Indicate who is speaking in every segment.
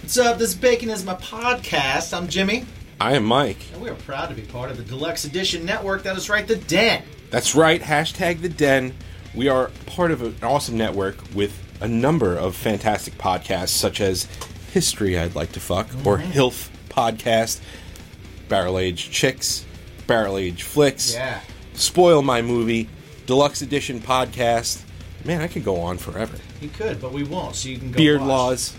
Speaker 1: What's up? This Bacon is my podcast. I'm Jimmy,
Speaker 2: I am Mike.
Speaker 1: and we are proud to be part of the Deluxe Edition Network. That is right, the Den.
Speaker 2: That's right. Hashtag the Den. We are part of an awesome network with a number of fantastic podcasts, such as History I'd Like to Fuck or Hilf Podcast, Barrel Age Chicks, Barrel Age Flicks,
Speaker 1: Yeah.
Speaker 2: Spoil My Movie, Deluxe Edition Podcast. Man, I could go on forever.
Speaker 1: You could, but we won't. So you can go
Speaker 2: Beard
Speaker 1: watch.
Speaker 2: Laws.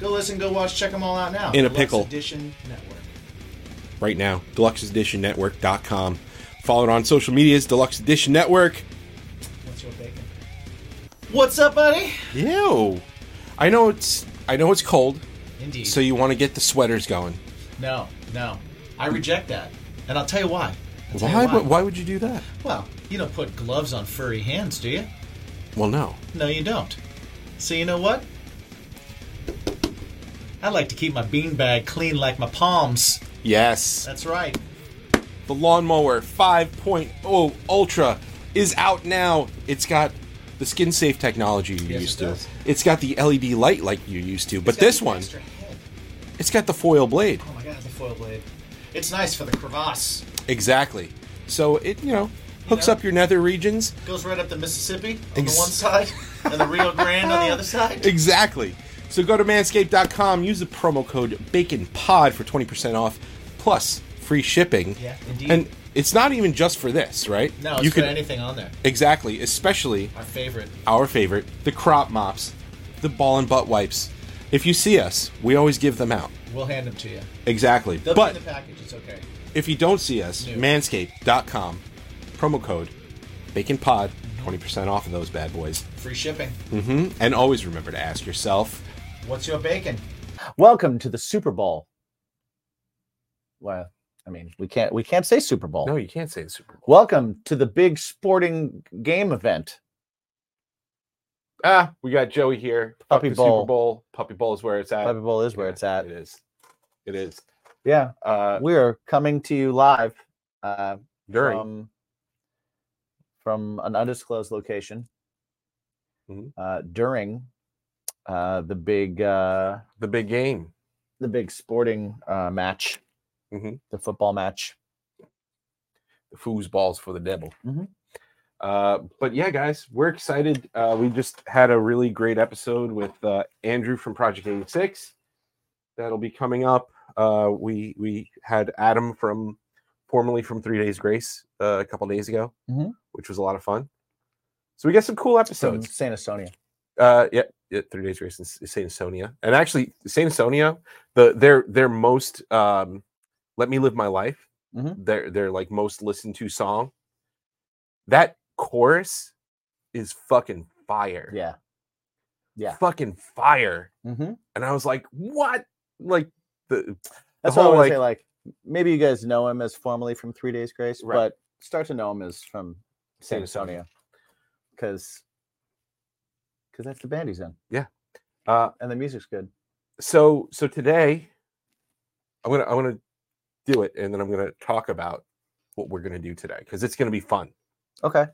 Speaker 1: Go listen, go watch, check them all out now.
Speaker 2: In a
Speaker 1: Deluxe
Speaker 2: pickle.
Speaker 1: Edition Network.
Speaker 2: right now. DeluxeEditionNetwork.com. Follow it on social medias, Deluxe Edition Network.
Speaker 1: What's your bacon? What's up, buddy?
Speaker 2: Ew. I know it's I know it's cold,
Speaker 1: Indeed.
Speaker 2: so you want to get the sweaters going.
Speaker 1: no, no, I reject that, and I'll tell you why. I'll tell you
Speaker 2: Why, why? why would you do that?
Speaker 1: Well, you don't put gloves on furry hands, do you?
Speaker 2: Well, no.
Speaker 1: No, you don't. So you know what? I like to keep my beanbag clean like my palms.
Speaker 2: Yes.
Speaker 1: That's right.
Speaker 2: The lawnmower 5.0 Ultra is out now. It's got the skin safe technology you
Speaker 1: Yes, it
Speaker 2: used to.
Speaker 1: does.
Speaker 2: It's got the LED light like you used to, but this one,
Speaker 1: Extra head.
Speaker 2: it's got the foil blade.
Speaker 1: Oh my god, the foil blade. It's nice for the crevasse.
Speaker 2: Exactly. So it, you know, hooks
Speaker 1: know?
Speaker 2: up your nether regions
Speaker 1: Goes right up the Mississippi on
Speaker 2: Ex-
Speaker 1: the one side and the Rio Grande on the other side.
Speaker 2: Exactly. So go to manscaped.com, use the promo code BACONPOD for 20% off, plus free shipping.
Speaker 1: Yeah, indeed.
Speaker 2: And it's not even just for this, right?
Speaker 1: No, it's
Speaker 2: you
Speaker 1: you
Speaker 2: could
Speaker 1: anything on there.
Speaker 2: Exactly, especially
Speaker 1: Our favorite.
Speaker 2: our favorite, the crop mops, the ball and butt wipes. If you see us, we always give them out.
Speaker 1: We'll hand them to you.
Speaker 2: Exactly.
Speaker 1: They'll
Speaker 2: but
Speaker 1: be in the package. It's okay.
Speaker 2: if you don't see us,
Speaker 1: No.
Speaker 2: manscaped.com, promo code BACONPOD,
Speaker 1: Mm-hmm.
Speaker 2: 20% off of those bad boys.
Speaker 1: Free shipping.
Speaker 2: And always remember to ask yourself,
Speaker 1: What's your bacon? Welcome to the Super Bowl. Well, I mean, we can't we can't say Super Bowl.
Speaker 2: you can't say the Super Bowl.
Speaker 1: Welcome to the big sporting game event.
Speaker 2: Ah, we got Joey here. Fuck
Speaker 1: Puppy
Speaker 2: the
Speaker 1: Bowl.
Speaker 2: Super Bowl. Puppy Bowl is where it's at.
Speaker 1: Puppy Bowl is where
Speaker 2: Yeah,
Speaker 1: it's at.
Speaker 2: It is. It is.
Speaker 1: Yeah,
Speaker 2: Uh,
Speaker 1: we are coming to you live uh,
Speaker 2: during
Speaker 1: from from an undisclosed location
Speaker 2: Mhm.
Speaker 1: uh, during uh, the big uh,
Speaker 2: the big game.
Speaker 1: the big sporting uh, match,
Speaker 2: Mhm.
Speaker 1: the football match.
Speaker 2: The foosballs for the devil.
Speaker 1: Mhm.
Speaker 2: Uh, but yeah, guys, we're excited. Uh, we just had a really great episode with uh, Andrew from Project 86. That'll be coming up. Uh, we we had Adam from formerly from Three Days Grace uh, a couple days ago,
Speaker 1: Mhm.
Speaker 2: which was a lot of fun. So we got some cool
Speaker 1: So
Speaker 2: episodes.
Speaker 1: San Antonio.
Speaker 2: Uh, yeah, yeah, three days race in S- Saint Sonia, and actually Saint Sonia, the their their most um, "Let Me Live My Life,"
Speaker 1: Mhm.
Speaker 2: their their like most listened to song. That chorus is fucking fire.
Speaker 1: Yeah. yeah.
Speaker 2: fucking fire.
Speaker 1: Mm-hmm.
Speaker 2: And I was like, what? Like the
Speaker 1: That's what I
Speaker 2: whole,
Speaker 1: would say. Like maybe you guys know him as formerly from Three Days Grace,
Speaker 2: Right.
Speaker 1: but start to know him as from San
Speaker 2: San Antonio.
Speaker 1: Antonio because because that's the band he's in
Speaker 2: uh,
Speaker 1: and the music's good.
Speaker 2: so so today, I'm gonna I'm gonna do it, and then I'm gonna talk about what we're gonna do today because it's gonna be fun.
Speaker 1: Okay.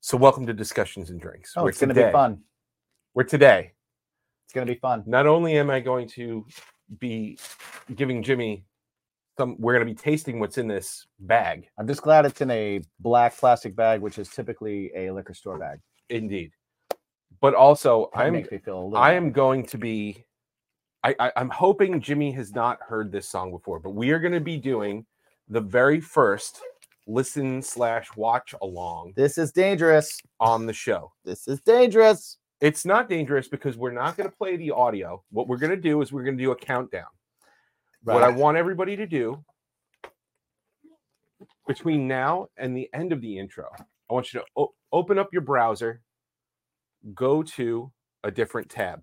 Speaker 2: So welcome to discussions and drinks.
Speaker 1: Oh,
Speaker 2: where
Speaker 1: it's going to
Speaker 2: today-
Speaker 1: be fun.
Speaker 2: Where today
Speaker 1: It's going to be fun.
Speaker 2: not only am I going to be giving Jimmy some, we're going to be tasting what's in this bag.
Speaker 1: I'm just glad it's in a black plastic bag, which is typically a liquor store bag.
Speaker 2: Indeed. But also,
Speaker 1: That
Speaker 2: I'm
Speaker 1: makes me feel a little.
Speaker 2: I am going to be. I, I I'm hoping Jimmy has not heard this song before, but we are going to be doing the very first listen slash watch along
Speaker 1: This is dangerous.
Speaker 2: on the show.
Speaker 1: This is dangerous.
Speaker 2: It's not dangerous because we're not going to play the audio. What we're going to do is we're going to do a countdown. what I
Speaker 1: Right.
Speaker 2: want everybody to do between now and the end of the intro, I want you to o- open up your browser, go to a different tab.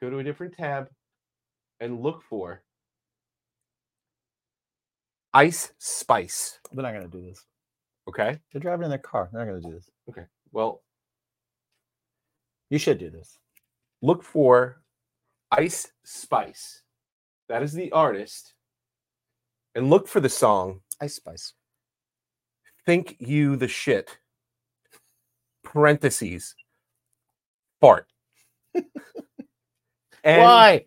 Speaker 2: Go to a different tab and look for Ice Spice.
Speaker 1: They're not going to do this.
Speaker 2: Okay.
Speaker 1: They're driving in their car. They're not going to do this.
Speaker 2: Well,
Speaker 1: You should do this.
Speaker 2: look for Ice Spice. That is the artist. And look for the song
Speaker 1: Ice Spice.
Speaker 2: think you the shit. Parentheses. fart. and,
Speaker 1: Why?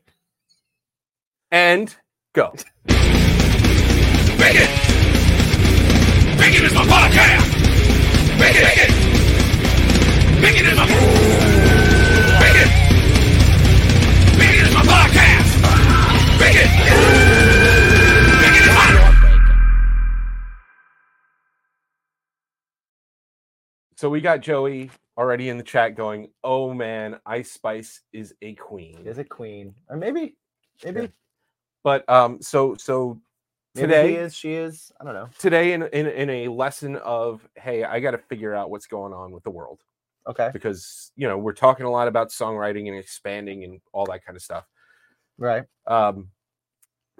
Speaker 2: And go.
Speaker 3: Bigot! Bigot is my podcast! Bigot! Bigot! Bigot is my Bigot! Bigot is my podcast! Bigot! Bigot is my
Speaker 2: So we got Joey already in the chat going, oh man, Ice Spice is a queen.
Speaker 1: Is a queen, or maybe, maybe,
Speaker 2: Yeah. But um, so so
Speaker 1: maybe
Speaker 2: Today-
Speaker 1: he is. She is. I don't know.
Speaker 2: today in, in in a lesson of hey, I gotta figure out what's going on with the world.
Speaker 1: Okay.
Speaker 2: Because you know, we're talking a lot about songwriting and expanding and all that kind of stuff.
Speaker 1: Right.
Speaker 2: um,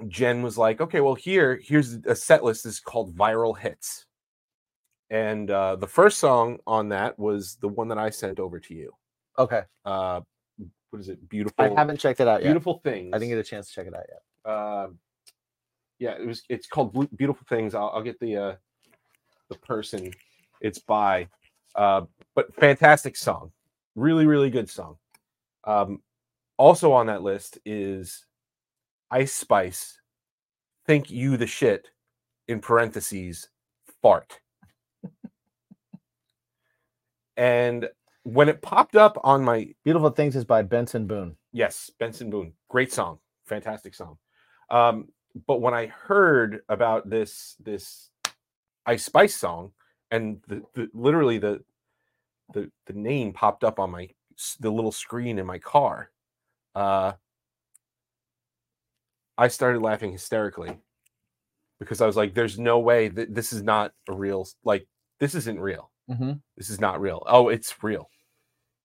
Speaker 2: Jen was like, okay, well, here, here's a set list. This is called Viral Hits. And uh, the first song on that was the one that I sent over to you.
Speaker 1: Okay.
Speaker 2: Uh, what is it? Beautiful.
Speaker 1: I haven't checked it out yet.
Speaker 2: Beautiful Things.
Speaker 1: I didn't get a chance to check it out yet.
Speaker 2: Uh, yeah, it was. It's called Blue- Beautiful Things. I'll, I'll get the uh, the person it's by, uh, but fantastic song, really, really good song. Um, also on that list is Ice Spice. Think you the shit in parentheses fart. and when it popped up on my
Speaker 1: Beautiful Things is by Benson Boone.
Speaker 2: Yes, Benson Boone. Great song. Fantastic song. Um, but when I heard about this this Ice Spice song and the, the literally the the the name popped up on my s- the little screen in my car, uh I started laughing hysterically because I was like, there's no way that this is not a real s- like this isn't real.
Speaker 1: Mm-hmm.
Speaker 2: This is not real. Oh, it's real.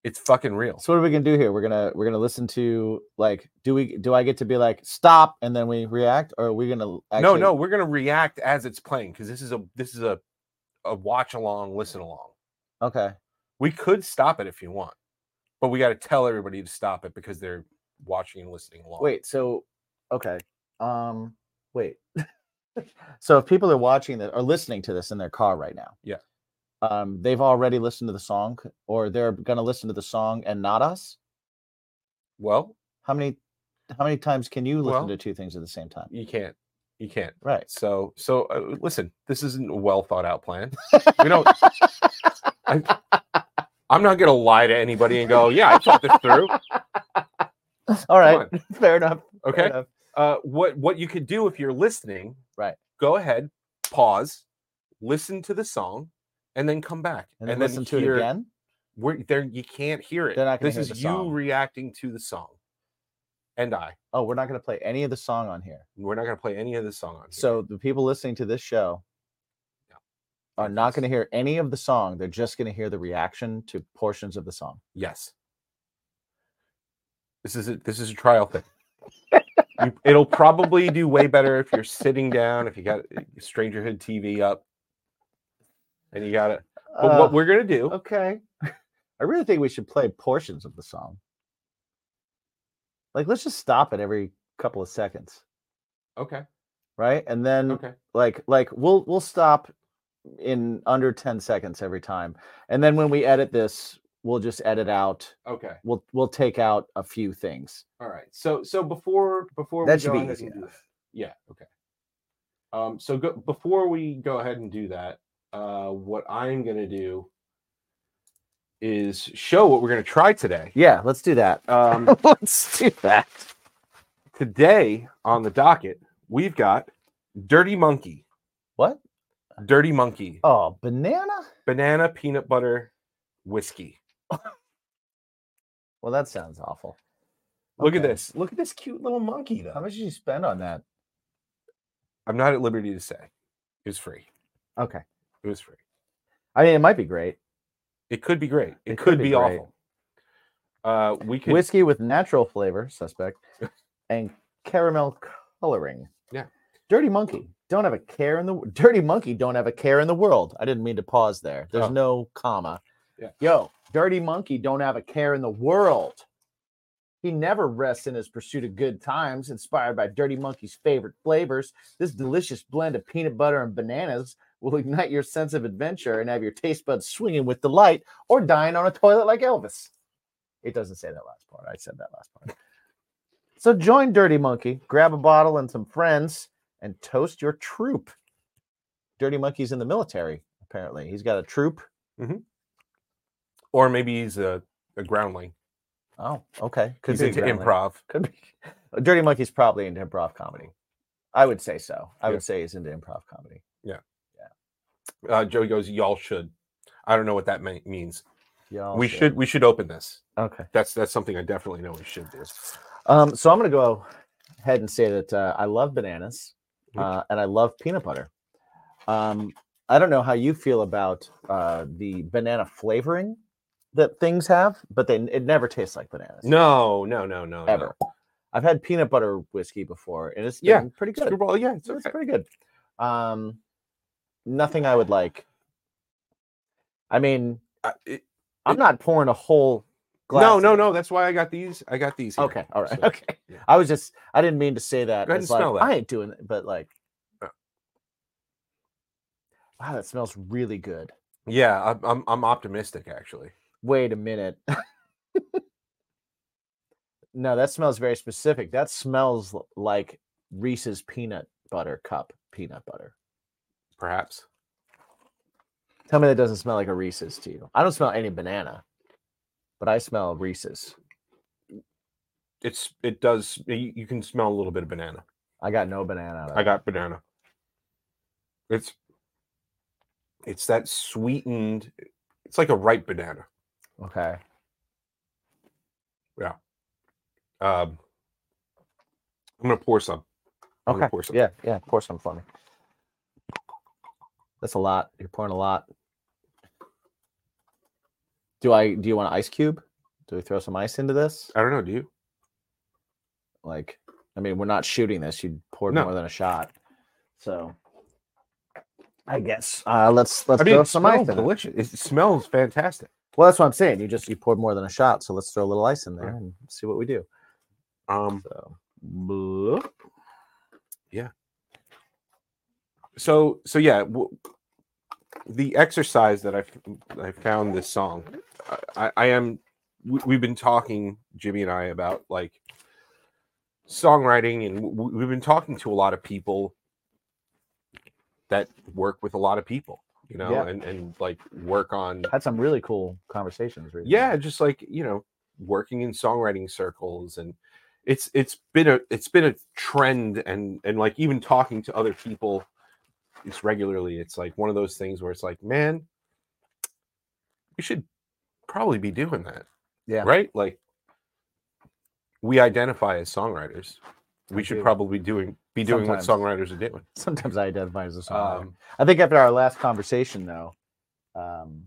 Speaker 2: It's fucking real.
Speaker 1: So what are we gonna do here? We're gonna we're gonna listen to like do we do I get to be like stop and then we react or are we gonna
Speaker 2: no
Speaker 1: actually-
Speaker 2: no we're gonna react as it's playing because this is a this is a a watch along listen along
Speaker 1: okay
Speaker 2: we could stop it if you want but we got to tell everybody to stop it because they're watching and listening along
Speaker 1: wait so okay um wait so if people are watching that are listening to this in their car right now
Speaker 2: Yeah.
Speaker 1: um they've already listened to the song or they're gonna listen to the song and not us
Speaker 2: well
Speaker 1: how many how many times can you listen
Speaker 2: Well-
Speaker 1: to two things at the same time
Speaker 2: you can't you can't
Speaker 1: right
Speaker 2: so so uh, listen this isn't a well thought out plan we don't I, i'm not gonna lie to anybody and go yeah i thought this through
Speaker 1: all
Speaker 2: Come
Speaker 1: right fair enough fair
Speaker 2: okay
Speaker 1: enough.
Speaker 2: uh, what what you could do if you're listening,
Speaker 1: Right.
Speaker 2: Go ahead, pause, listen to the song, and then come back
Speaker 1: and, then listen to
Speaker 2: hear-
Speaker 1: it again
Speaker 2: We're there. You can't hear it.
Speaker 1: They're not gonna
Speaker 2: this
Speaker 1: hear
Speaker 2: is
Speaker 1: the
Speaker 2: you
Speaker 1: song.
Speaker 2: reacting to the song, and I.
Speaker 1: oh we're not gonna play any of the song on here
Speaker 2: We're not gonna play any of this song on. here.
Speaker 1: So the people listening to this show
Speaker 2: Yeah.
Speaker 1: are not going to hear any of the song. They're just going to hear the reaction to portions of the song.
Speaker 2: yes, this is a, this is a trial thing. You- it'll probably do way better if you're sitting down, if you got eh, Strangerhood TV up, and you got it. But
Speaker 1: Uh,
Speaker 2: what we're gonna do?
Speaker 1: okay. I really think we should play portions of the song. Like, let's just stop it every couple of seconds,
Speaker 2: Okay.
Speaker 1: right? And then,
Speaker 2: Okay.
Speaker 1: like, like we'll we'll stop in under ten seconds every time, and then when we edit this, we'll just edit out.
Speaker 2: Okay.
Speaker 1: We'll we'll take out a few things.
Speaker 2: All right. So so before before
Speaker 1: That
Speaker 2: we
Speaker 1: should
Speaker 2: go
Speaker 1: be
Speaker 2: ahead
Speaker 1: easy
Speaker 2: and do that. Yeah. Okay. Um. So go, before we go ahead and do that, uh, what I'm gonna do is show what we're gonna try today.
Speaker 1: Yeah, let's do that.
Speaker 2: Um,
Speaker 1: let's do that.
Speaker 2: today on the docket we've got Dirty Monkey,
Speaker 1: What?
Speaker 2: Dirty Monkey,
Speaker 1: Oh, banana?
Speaker 2: banana peanut butter whiskey.
Speaker 1: Well, that sounds awful.
Speaker 2: Look at
Speaker 1: Okay.
Speaker 2: this. Look at this cute little monkey
Speaker 1: How
Speaker 2: though.
Speaker 1: much did you spend on that?
Speaker 2: I'm not at liberty to say. It was free.
Speaker 1: Okay.
Speaker 2: It was free.
Speaker 1: I mean, it might be great.
Speaker 2: It could be great. It,
Speaker 1: It
Speaker 2: could,
Speaker 1: could
Speaker 2: be,
Speaker 1: be great.
Speaker 2: awful. Uh, we could
Speaker 1: Whiskey with natural flavor, suspect, and caramel coloring.
Speaker 2: Yeah.
Speaker 1: Dirty Monkey. Don't have a care in the w- Dirty Monkey don't have a care in the world. I didn't mean to pause there. There's
Speaker 2: Oh.
Speaker 1: no comma.
Speaker 2: Yeah.
Speaker 1: Yo, Dirty Monkey don't have a care in the world. He never rests in his pursuit of good times, inspired by Dirty Monkey's favorite flavors. This delicious blend of peanut butter and bananas will ignite your sense of adventure and have your taste buds swinging with delight or dying on a toilet like Elvis. It doesn't say that last part. I said that last part. So join Dirty Monkey, grab a bottle and some friends, and toast your troop. Dirty Monkey's in the military, apparently. He's got a troop.
Speaker 2: Or maybe he's a, a groundling.
Speaker 1: Oh, okay. Could
Speaker 2: he's
Speaker 1: be a
Speaker 2: into
Speaker 1: groundling.
Speaker 2: improv.
Speaker 1: Could be. Dirty Monkey's probably into improv comedy. I would say so. I
Speaker 2: Yeah.
Speaker 1: would say he's into improv comedy.
Speaker 2: Uh, Joey goes, "Y'all should." I don't know what that me- means.
Speaker 1: Y'all
Speaker 2: we should we should open this.
Speaker 1: Okay.
Speaker 2: That's that's something I definitely know we should do.
Speaker 1: Um, so I'm going to go ahead and say that uh, I love bananas
Speaker 2: Mhm.
Speaker 1: uh, and I love peanut butter. Um, I don't know how you feel about uh, the banana flavoring that things have, but they it never tastes like bananas
Speaker 2: No, no, no, no,
Speaker 1: ever. I've had peanut butter whiskey before, and it's
Speaker 2: Yeah,
Speaker 1: been pretty
Speaker 2: No.
Speaker 1: good.
Speaker 2: Screwball, yeah, it's
Speaker 1: So it's
Speaker 2: okay.
Speaker 1: pretty good. Um, nothing I would like. I mean,
Speaker 2: Uh, it-
Speaker 1: I'm not pouring a whole glass.
Speaker 2: no,
Speaker 1: of
Speaker 2: no,
Speaker 1: it.
Speaker 2: no. That's why I got these. I got these. here.
Speaker 1: Okay, all right,
Speaker 2: So,
Speaker 1: okay.
Speaker 2: yeah.
Speaker 1: I was just I didn't mean to say that.
Speaker 2: Go ahead
Speaker 1: as
Speaker 2: and smell
Speaker 1: like,
Speaker 2: that. Oh.
Speaker 1: I ain't doing it, but like
Speaker 2: Yeah.
Speaker 1: Wow, that smells really good.
Speaker 2: Yeah, I'm, I'm I'm optimistic actually.
Speaker 1: Wait a minute. no, that smells very specific. That smells l- like Reese's peanut butter cup peanut butter.
Speaker 2: Perhaps
Speaker 1: Tell me that doesn't smell like a Reese's to you. I don't smell any banana, but I smell Reese's.
Speaker 2: it's it does. You, you can smell a little bit of banana.
Speaker 1: I got no banana. out of
Speaker 2: I
Speaker 1: it.
Speaker 2: got banana. It's it's that sweetened. It's like a ripe banana.
Speaker 1: okay.
Speaker 2: Um, I'm gonna pour some. I'm gonna
Speaker 1: Okay.
Speaker 2: pour some.
Speaker 1: Yeah, yeah. Pour some for me. That's a lot. You're pouring a lot. Do I? Do you want an ice cube? Do we throw some ice into this?
Speaker 2: I don't know. Do you?
Speaker 1: Like, I mean, we're not shooting this. You poured
Speaker 2: No.
Speaker 1: more than a shot, so I guess uh, let's let's
Speaker 2: I mean,
Speaker 1: throw
Speaker 2: it
Speaker 1: some ice.
Speaker 2: smells
Speaker 1: In it.
Speaker 2: delicious. It smells fantastic.
Speaker 1: Well, that's what I'm saying. You just you poured more than a shot, so let's throw a little ice in there
Speaker 2: Right.
Speaker 1: and see what we do.
Speaker 2: Um,
Speaker 1: So, bloop.
Speaker 2: so so yeah, w- the exercise that I f- I found this song. I, I, I am. We, we've been talking, Jimmy and I, about like songwriting, and w- w- we've been talking to a lot of people that work with a lot of people, you know,
Speaker 1: Yeah.
Speaker 2: and and like work on
Speaker 1: had some really cool conversations. Recently.
Speaker 2: yeah just like you know working in songwriting circles and it's it's been a it's been a trend and and like even talking to other people it's regularly it's like one of those things where it's like man we should probably be doing that
Speaker 1: Yeah.
Speaker 2: right like we identify as songwriters we
Speaker 1: We
Speaker 2: should
Speaker 1: do.
Speaker 2: probably doing be doing what
Speaker 1: Sometimes.
Speaker 2: songwriters are doing
Speaker 1: Sometimes I identify as a songwriter.
Speaker 2: um,
Speaker 1: I think after our last conversation, though, um,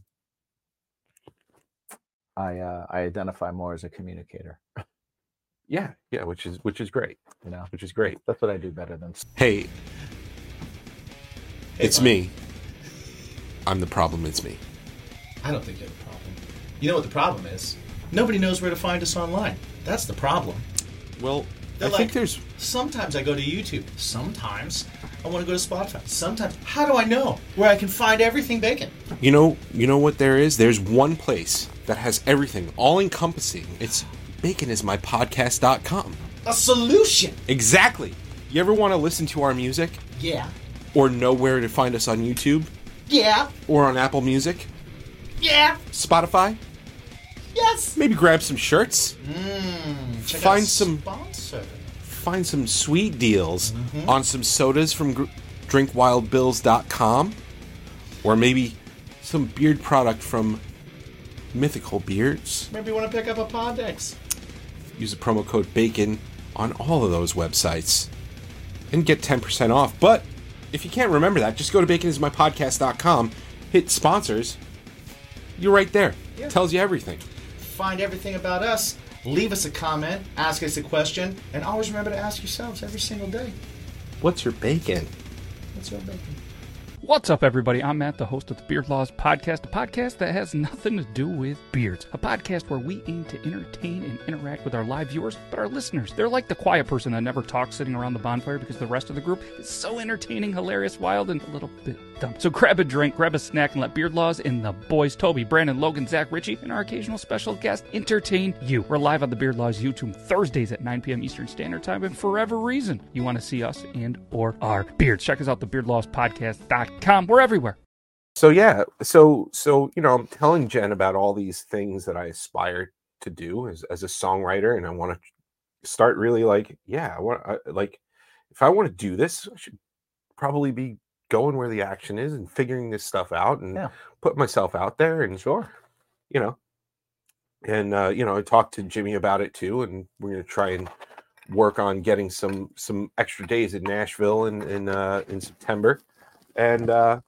Speaker 1: I uh, I identify more as a communicator.
Speaker 2: yeah yeah which is which is great
Speaker 1: You know,
Speaker 2: which is great
Speaker 1: that's what I do better than.
Speaker 2: Hey, it's me. I'm the problem. It's me.
Speaker 4: I don't think you have a problem. You know what the problem is? Nobody knows where to find us online. That's the problem.
Speaker 2: Well,
Speaker 4: They're
Speaker 2: I
Speaker 4: like-
Speaker 2: think there's.
Speaker 4: Sometimes I go to YouTube. Sometimes I want to go to Spotify. Sometimes, how do I know where I can find everything bacon?
Speaker 2: You know, you know what there is. There's one place that has everything, all encompassing. It's baconismypodcast.com.
Speaker 4: A solution!
Speaker 2: Exactly. You ever want to listen to our music
Speaker 4: Yeah.
Speaker 2: or know where to find us on YouTube
Speaker 4: Yeah.
Speaker 2: or on Apple Music,
Speaker 4: Yeah.
Speaker 2: Spotify?
Speaker 4: Yes.
Speaker 2: Maybe grab some shirts,
Speaker 4: Check
Speaker 2: Find
Speaker 4: out
Speaker 2: some-
Speaker 4: sponsor.
Speaker 2: find some sweet deals on some sodas from gr- drinkwildbills.com or maybe some beard product from Mythical Beards.
Speaker 4: Maybe you want to pick up a Podex.
Speaker 2: Use the promo code BACON on all of those websites and get 10% off. But if you can't remember that, just go to baconismypodcast.com, hit sponsors. You're right there.
Speaker 4: Yeah.
Speaker 2: Tells you everything.
Speaker 4: Find everything about us. Leave us a comment. Ask us a question. And always remember to ask yourselves every single day
Speaker 2: What's your bacon?
Speaker 4: what's your bacon?
Speaker 5: What's up, everybody? I'm Matt, the host of the Beard Laws Podcast, a podcast that has nothing to do with beards. A podcast where we aim to entertain and interact with our live viewers, but our listeners. They're like the quiet person that never talks sitting around the bonfire because the rest of the group is so entertaining, hilarious, wild, and a little bit dumb. So grab a drink, grab a snack, and let Beard Laws and the boys, Toby, Brandon, Logan, Zach, Richie, and our occasional special guest entertain you. We're live on the Beard Laws YouTube Thursdays at 9 p.m. Eastern Standard Time, and for whatever reason you want to see us and or our beards. Check us out, thebeardlawspodcast.com. We're everywhere.
Speaker 2: so yeah so so you know i'm telling jen about all these things that i aspire to do as, as a songwriter and i want to start really like yeah i want I, like if i want to do this i should probably be going where the action is and figuring this stuff out and
Speaker 1: Yeah.
Speaker 2: put myself out there and sure you know and uh you know i talked to jimmy about it too and we're going to try and work on getting some some extra days in nashville in in uh in september and uh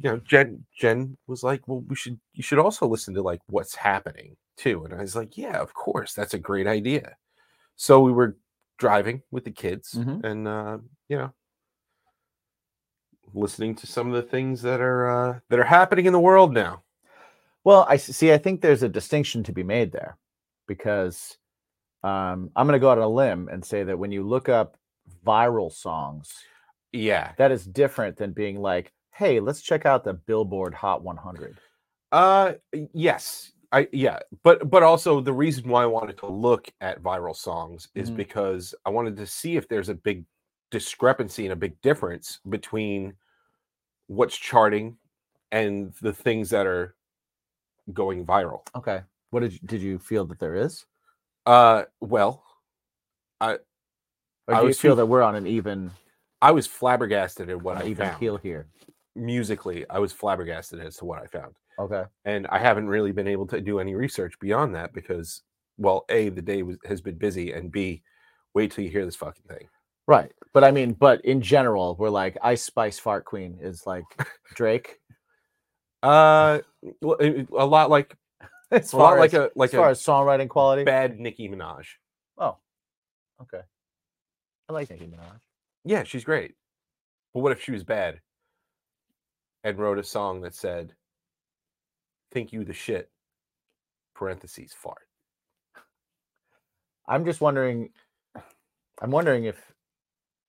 Speaker 2: you know, Jen Jen was like, "Well, we should you should also listen to like what's happening too." And I was like, "Yeah, of course, that's a great idea." So we were driving with the kids
Speaker 1: Mhm.
Speaker 2: and uh, you know, listening to some of the things that are uh, that are happening in the world now.
Speaker 1: Well, I s- see. I think there's a distinction to be made there because um, I'm going to go out on a limb and say that when you look up viral songs,
Speaker 2: Yeah.
Speaker 1: that is different than being like, hey, let's check out the Billboard Hot 100.
Speaker 2: Uh yes. I yeah, but but also the reason why I wanted to look at viral songs is
Speaker 1: Mhm.
Speaker 2: because I wanted to see if there's a big discrepancy and a big difference between what's charting and the things that are going viral.
Speaker 1: Okay. What did you, did you feel that there is?
Speaker 2: Uh well,
Speaker 1: Or
Speaker 2: I
Speaker 1: do you
Speaker 2: was
Speaker 1: feel
Speaker 2: too-
Speaker 1: that we're on an even
Speaker 2: I was flabbergasted at what
Speaker 1: an
Speaker 2: I
Speaker 1: even
Speaker 2: found.
Speaker 1: keel here?
Speaker 2: Musically, I was flabbergasted as to what I found.
Speaker 1: Okay.
Speaker 2: and I haven't really been able to do any research beyond that because, well, a the day was, has been busy, and b wait till you hear this fucking thing.
Speaker 1: Right. But I mean, but in general, we're like Ice Spice Fart Queen is like Drake.
Speaker 2: Uh, well, it- it- a lot like
Speaker 1: It's
Speaker 2: a lot like a
Speaker 1: Ah. as
Speaker 2: like
Speaker 1: far
Speaker 2: a
Speaker 1: as songwriting quality.
Speaker 2: bad Nicki Minaj.
Speaker 1: Oh, okay. I like Nicki Minaj.
Speaker 2: Yeah, she's great, but what if she was bad and wrote a song that said, "Think you the shit." Parentheses fart.
Speaker 1: I'm just wondering. I'm wondering if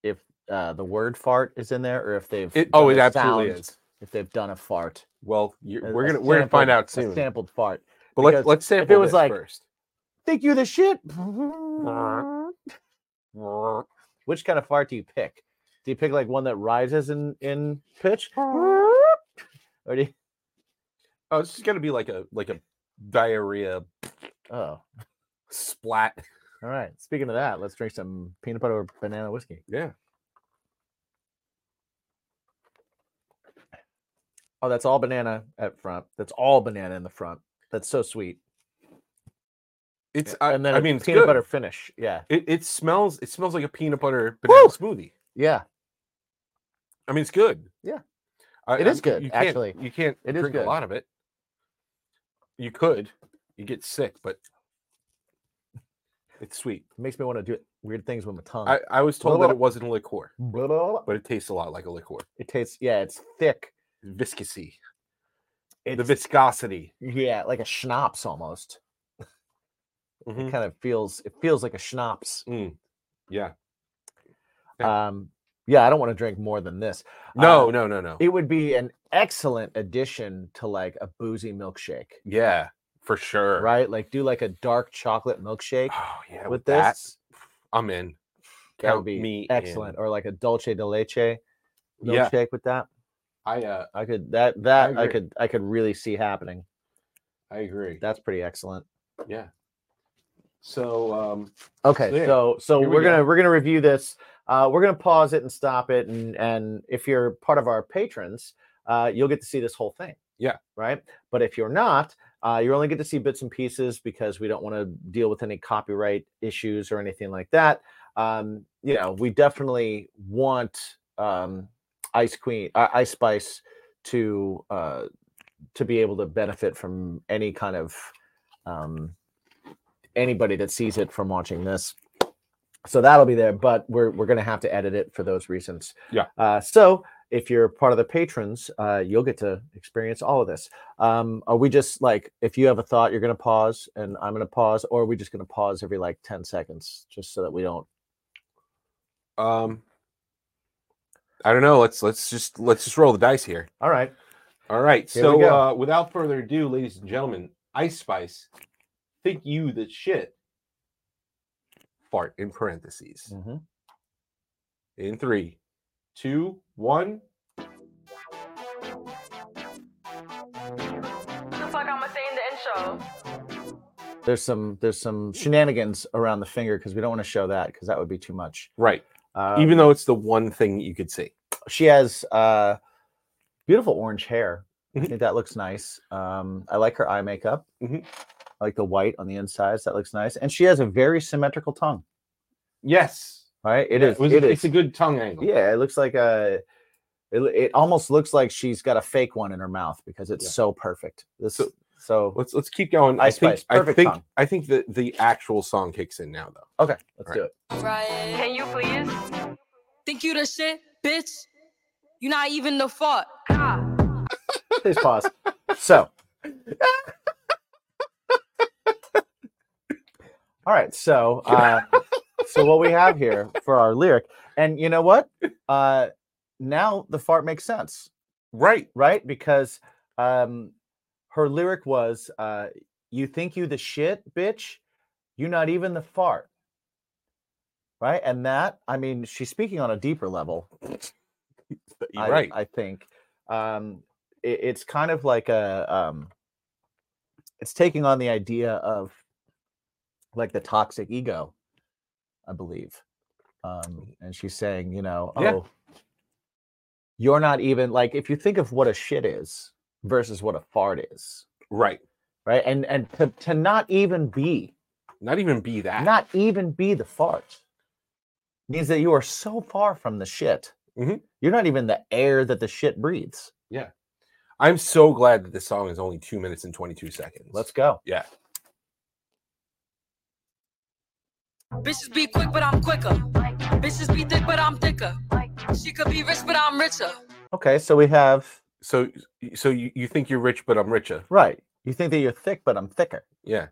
Speaker 1: if uh, the word fart is in there, or if they've
Speaker 2: It, oh, it
Speaker 1: done a
Speaker 2: absolutely
Speaker 1: sound-
Speaker 2: is.
Speaker 1: If they've done a fart,
Speaker 2: Well, you're,
Speaker 1: a-
Speaker 2: we're
Speaker 1: a
Speaker 2: gonna we're gonna find
Speaker 1: sampled-
Speaker 2: out
Speaker 1: A
Speaker 2: soon.
Speaker 1: sampled fart.
Speaker 2: but let's
Speaker 1: because
Speaker 2: let's
Speaker 1: if it
Speaker 2: sample
Speaker 1: was
Speaker 2: this
Speaker 1: like-
Speaker 2: first.
Speaker 1: Think you the shit. Which kind of fart do you pick? Do you pick like one that rises in in pitch, or do you,
Speaker 2: Oh, it's just gonna be like a like a diarrhea
Speaker 1: oh,
Speaker 2: splat.
Speaker 1: all right. Speaking of that, let's drink some peanut butter or banana whiskey.
Speaker 2: Yeah.
Speaker 1: Oh, that's all banana at front. That's all banana in the front. That's so sweet.
Speaker 2: It's I,
Speaker 1: and then
Speaker 2: I
Speaker 1: a
Speaker 2: mean it's
Speaker 1: peanut
Speaker 2: good.
Speaker 1: butter finish. Yeah,
Speaker 2: It, it smells it smells like a peanut butter banana
Speaker 1: Woo!
Speaker 2: smoothie.
Speaker 1: yeah.
Speaker 2: I mean it's good.
Speaker 1: Yeah.
Speaker 2: I,
Speaker 1: It is
Speaker 2: I'm-
Speaker 1: good,
Speaker 2: you can't-
Speaker 1: actually.
Speaker 2: you can't
Speaker 1: It is
Speaker 2: drink
Speaker 1: good.
Speaker 2: a lot of it. You could. You get sick, but it's sweet.
Speaker 1: It makes me want to do weird things with my tongue.
Speaker 2: I, I was told
Speaker 1: Blah, blah.
Speaker 2: that it wasn't a liqueur,
Speaker 1: Blah, blah, blah.
Speaker 2: but it tastes a lot like a liqueur.
Speaker 1: It tastes yeah, it's thick.
Speaker 2: Viscousy.
Speaker 1: It's
Speaker 2: the viscosity.
Speaker 1: yeah, like a schnapps almost.
Speaker 2: Mhm.
Speaker 1: It kind of feels it feels like a schnapps.
Speaker 2: Yeah. Yeah.
Speaker 1: Um yeah, I don't want to drink more than this.
Speaker 2: No,
Speaker 1: Uh,
Speaker 2: no, no, no.
Speaker 1: It would be an excellent addition to like a boozy milkshake,
Speaker 2: yeah, for sure.
Speaker 1: right? Like do like a dark chocolate milkshake
Speaker 2: Oh yeah.
Speaker 1: with
Speaker 2: that,
Speaker 1: this.
Speaker 2: I'm in.
Speaker 1: That
Speaker 2: count
Speaker 1: would be
Speaker 2: me
Speaker 1: excellent.
Speaker 2: in.
Speaker 1: Or like a dulce de leche
Speaker 2: Yeah.
Speaker 1: milkshake with that.
Speaker 2: I uh
Speaker 1: I could that that I,
Speaker 2: agree.
Speaker 1: could I could really see happening.
Speaker 2: I agree.
Speaker 1: That's pretty excellent.
Speaker 2: yeah. So um
Speaker 1: Okay,
Speaker 2: yeah,
Speaker 1: so so
Speaker 2: here we
Speaker 1: we're
Speaker 2: go.
Speaker 1: gonna we're gonna review this. Uh, we're gonna pause it and stop it, and and if you're part of our patrons, uh, you'll get to see this whole thing.
Speaker 2: Yeah.
Speaker 1: Right. But if you're not, uh, you only get to see bits and pieces because we don't want to deal with any copyright issues or anything like that. Um, you know, we definitely want um, Ice Queen, uh, Ice Spice, to uh, to be able to benefit from any kind of um, anybody that sees it from watching this. So that'll be there, but we're we're gonna have to edit it for those reasons.
Speaker 2: Yeah.
Speaker 1: Uh, so if you're part of the patrons, uh, you'll get to experience all of this. Um, are we just like if you have a thought, you're gonna pause and I'm gonna pause, or are we just gonna pause every like ten seconds just so that we don't?
Speaker 2: um I don't know. Let's let's just let's just roll the dice here.
Speaker 1: All right.
Speaker 2: All right.
Speaker 1: Here we
Speaker 2: so
Speaker 1: go.
Speaker 2: uh, without further ado, ladies and gentlemen, Ice Spice, think you the shit. Fart in parentheses.
Speaker 1: Mhm.
Speaker 2: In three, two, one.
Speaker 6: the fuck I'ma say in the intro?
Speaker 1: There's some there's some shenanigans around the finger because we don't want to show that because that would be too much.
Speaker 2: Right.
Speaker 1: Uh,
Speaker 2: Even though it's the one thing you could see.
Speaker 1: she has uh, beautiful orange hair. I
Speaker 2: Mhm.
Speaker 1: think that looks nice. Um, I like her eye makeup.
Speaker 2: Mhm.
Speaker 1: I like the white on the insides. That looks nice. And she has a very symmetrical tongue.
Speaker 2: Yes.
Speaker 1: Right? It
Speaker 2: Yeah,
Speaker 1: is.
Speaker 2: was-
Speaker 1: it
Speaker 2: it's
Speaker 1: is.
Speaker 2: a good tongue angle.
Speaker 1: yeah. It looks like a. It, it almost looks like she's got a fake one in her mouth because it's
Speaker 2: Yeah.
Speaker 1: so perfect. This
Speaker 2: So-
Speaker 1: so
Speaker 2: Let's let's keep going.
Speaker 1: Ice
Speaker 2: I think
Speaker 1: Spice, perfect
Speaker 2: I think
Speaker 1: tongue.
Speaker 2: I think that the actual song kicks in now though.
Speaker 1: okay. Let's
Speaker 2: All
Speaker 1: do it.
Speaker 6: Can you please?
Speaker 7: Think you the shit, bitch? You not even the fuck.
Speaker 1: Please pause. So. All right. So, uh, so what we have here for our lyric, and you know what? Uh, now the fart makes sense,
Speaker 2: Right.
Speaker 1: right? Because um, her lyric was, uh, "You think you the shit, bitch? You not even the fart." Right, and that I mean, she's speaking on a deeper level. I,
Speaker 2: right.
Speaker 1: I think um, it, it's kind of like a um, it's taking on the idea of like the toxic ego, I believe. Um, and she's saying, you know, oh,
Speaker 2: Yeah.
Speaker 1: you're not even like if you think of what a shit is versus what a fart is,
Speaker 2: right.
Speaker 1: right? And and to, to not even be,
Speaker 2: Not even be that.
Speaker 1: not even be the fart means that you are so far from the shit.
Speaker 2: Mhm.
Speaker 1: You're not even the air that the shit breathes.
Speaker 2: I'm so glad that this song is only two minutes and 22 seconds.
Speaker 1: Let's go.
Speaker 2: yeah.
Speaker 7: Bitches be quick, but I'm quicker. Bitches be thick, but I'm thicker. She could be rich, but I'm richer.
Speaker 1: Okay, so we have
Speaker 2: So, so you, you think you're rich, but I'm richer.
Speaker 1: right. You think that you're thick, but I'm thicker.
Speaker 2: Yeah.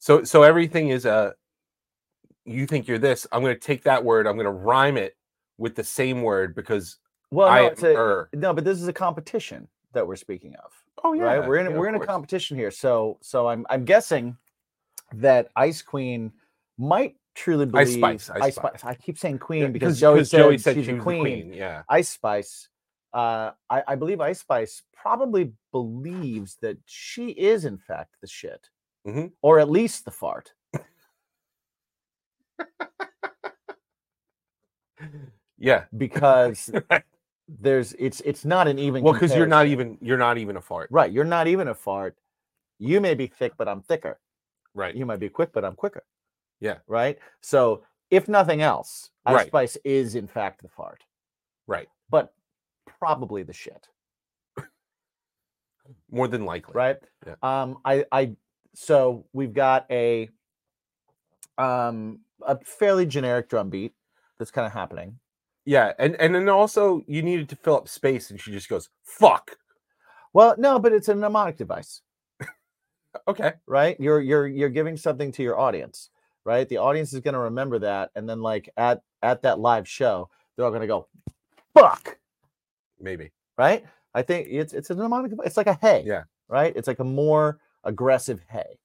Speaker 2: So, so everything is a, you think you're this. I'm going to take that word. I'm going to rhyme it with the same word because
Speaker 1: Well,
Speaker 2: I
Speaker 1: no,
Speaker 2: am
Speaker 1: it's a,
Speaker 2: er.
Speaker 1: no, but this is a competition that we're speaking of,
Speaker 2: Oh,
Speaker 1: right? We're in
Speaker 2: yeah,
Speaker 1: we're
Speaker 2: of
Speaker 1: in a
Speaker 2: course.
Speaker 1: competition here, so so I'm I'm guessing that Ice Queen might truly believe
Speaker 2: Ice Spice, Ice Spice.
Speaker 1: I keep saying Queen
Speaker 2: Yeah,
Speaker 1: because, Joey, said she's
Speaker 2: she
Speaker 1: a
Speaker 2: was the
Speaker 1: queen.
Speaker 2: Yeah.
Speaker 1: Ice Spice. Uh, I, I believe Ice Spice probably believes that she is, in fact, the shit,
Speaker 2: Mhm.
Speaker 1: or at least the fart.
Speaker 2: Yeah.
Speaker 1: because
Speaker 2: Right.
Speaker 1: there's it's it's not an even
Speaker 2: Well, because you're not
Speaker 1: comparison.
Speaker 2: even, you're not even a fart.
Speaker 1: right you're not even a fart you may be thick but i'm thicker
Speaker 2: Right.
Speaker 1: you might be quick but i'm quicker
Speaker 2: Yeah.
Speaker 1: right so if nothing else ice
Speaker 2: Right.
Speaker 1: spice is in fact the fart
Speaker 2: Right.
Speaker 1: but probably the shit
Speaker 2: More than likely.
Speaker 1: right
Speaker 2: Yeah.
Speaker 1: um i i so we've got a um a fairly generic drum beat that's kind of happening
Speaker 2: Yeah. And, and then also you needed to fill up space and she just goes, fuck.
Speaker 1: well no but it's a mnemonic device
Speaker 2: Okay.
Speaker 1: right you're you're you're giving something to your audience right the audience is going to remember that and then like at at that live show they're all going to go fuck
Speaker 2: Maybe.
Speaker 1: right i think it's it's a mnemonic it's like a hey
Speaker 2: Yeah.
Speaker 1: right it's like a more aggressive hey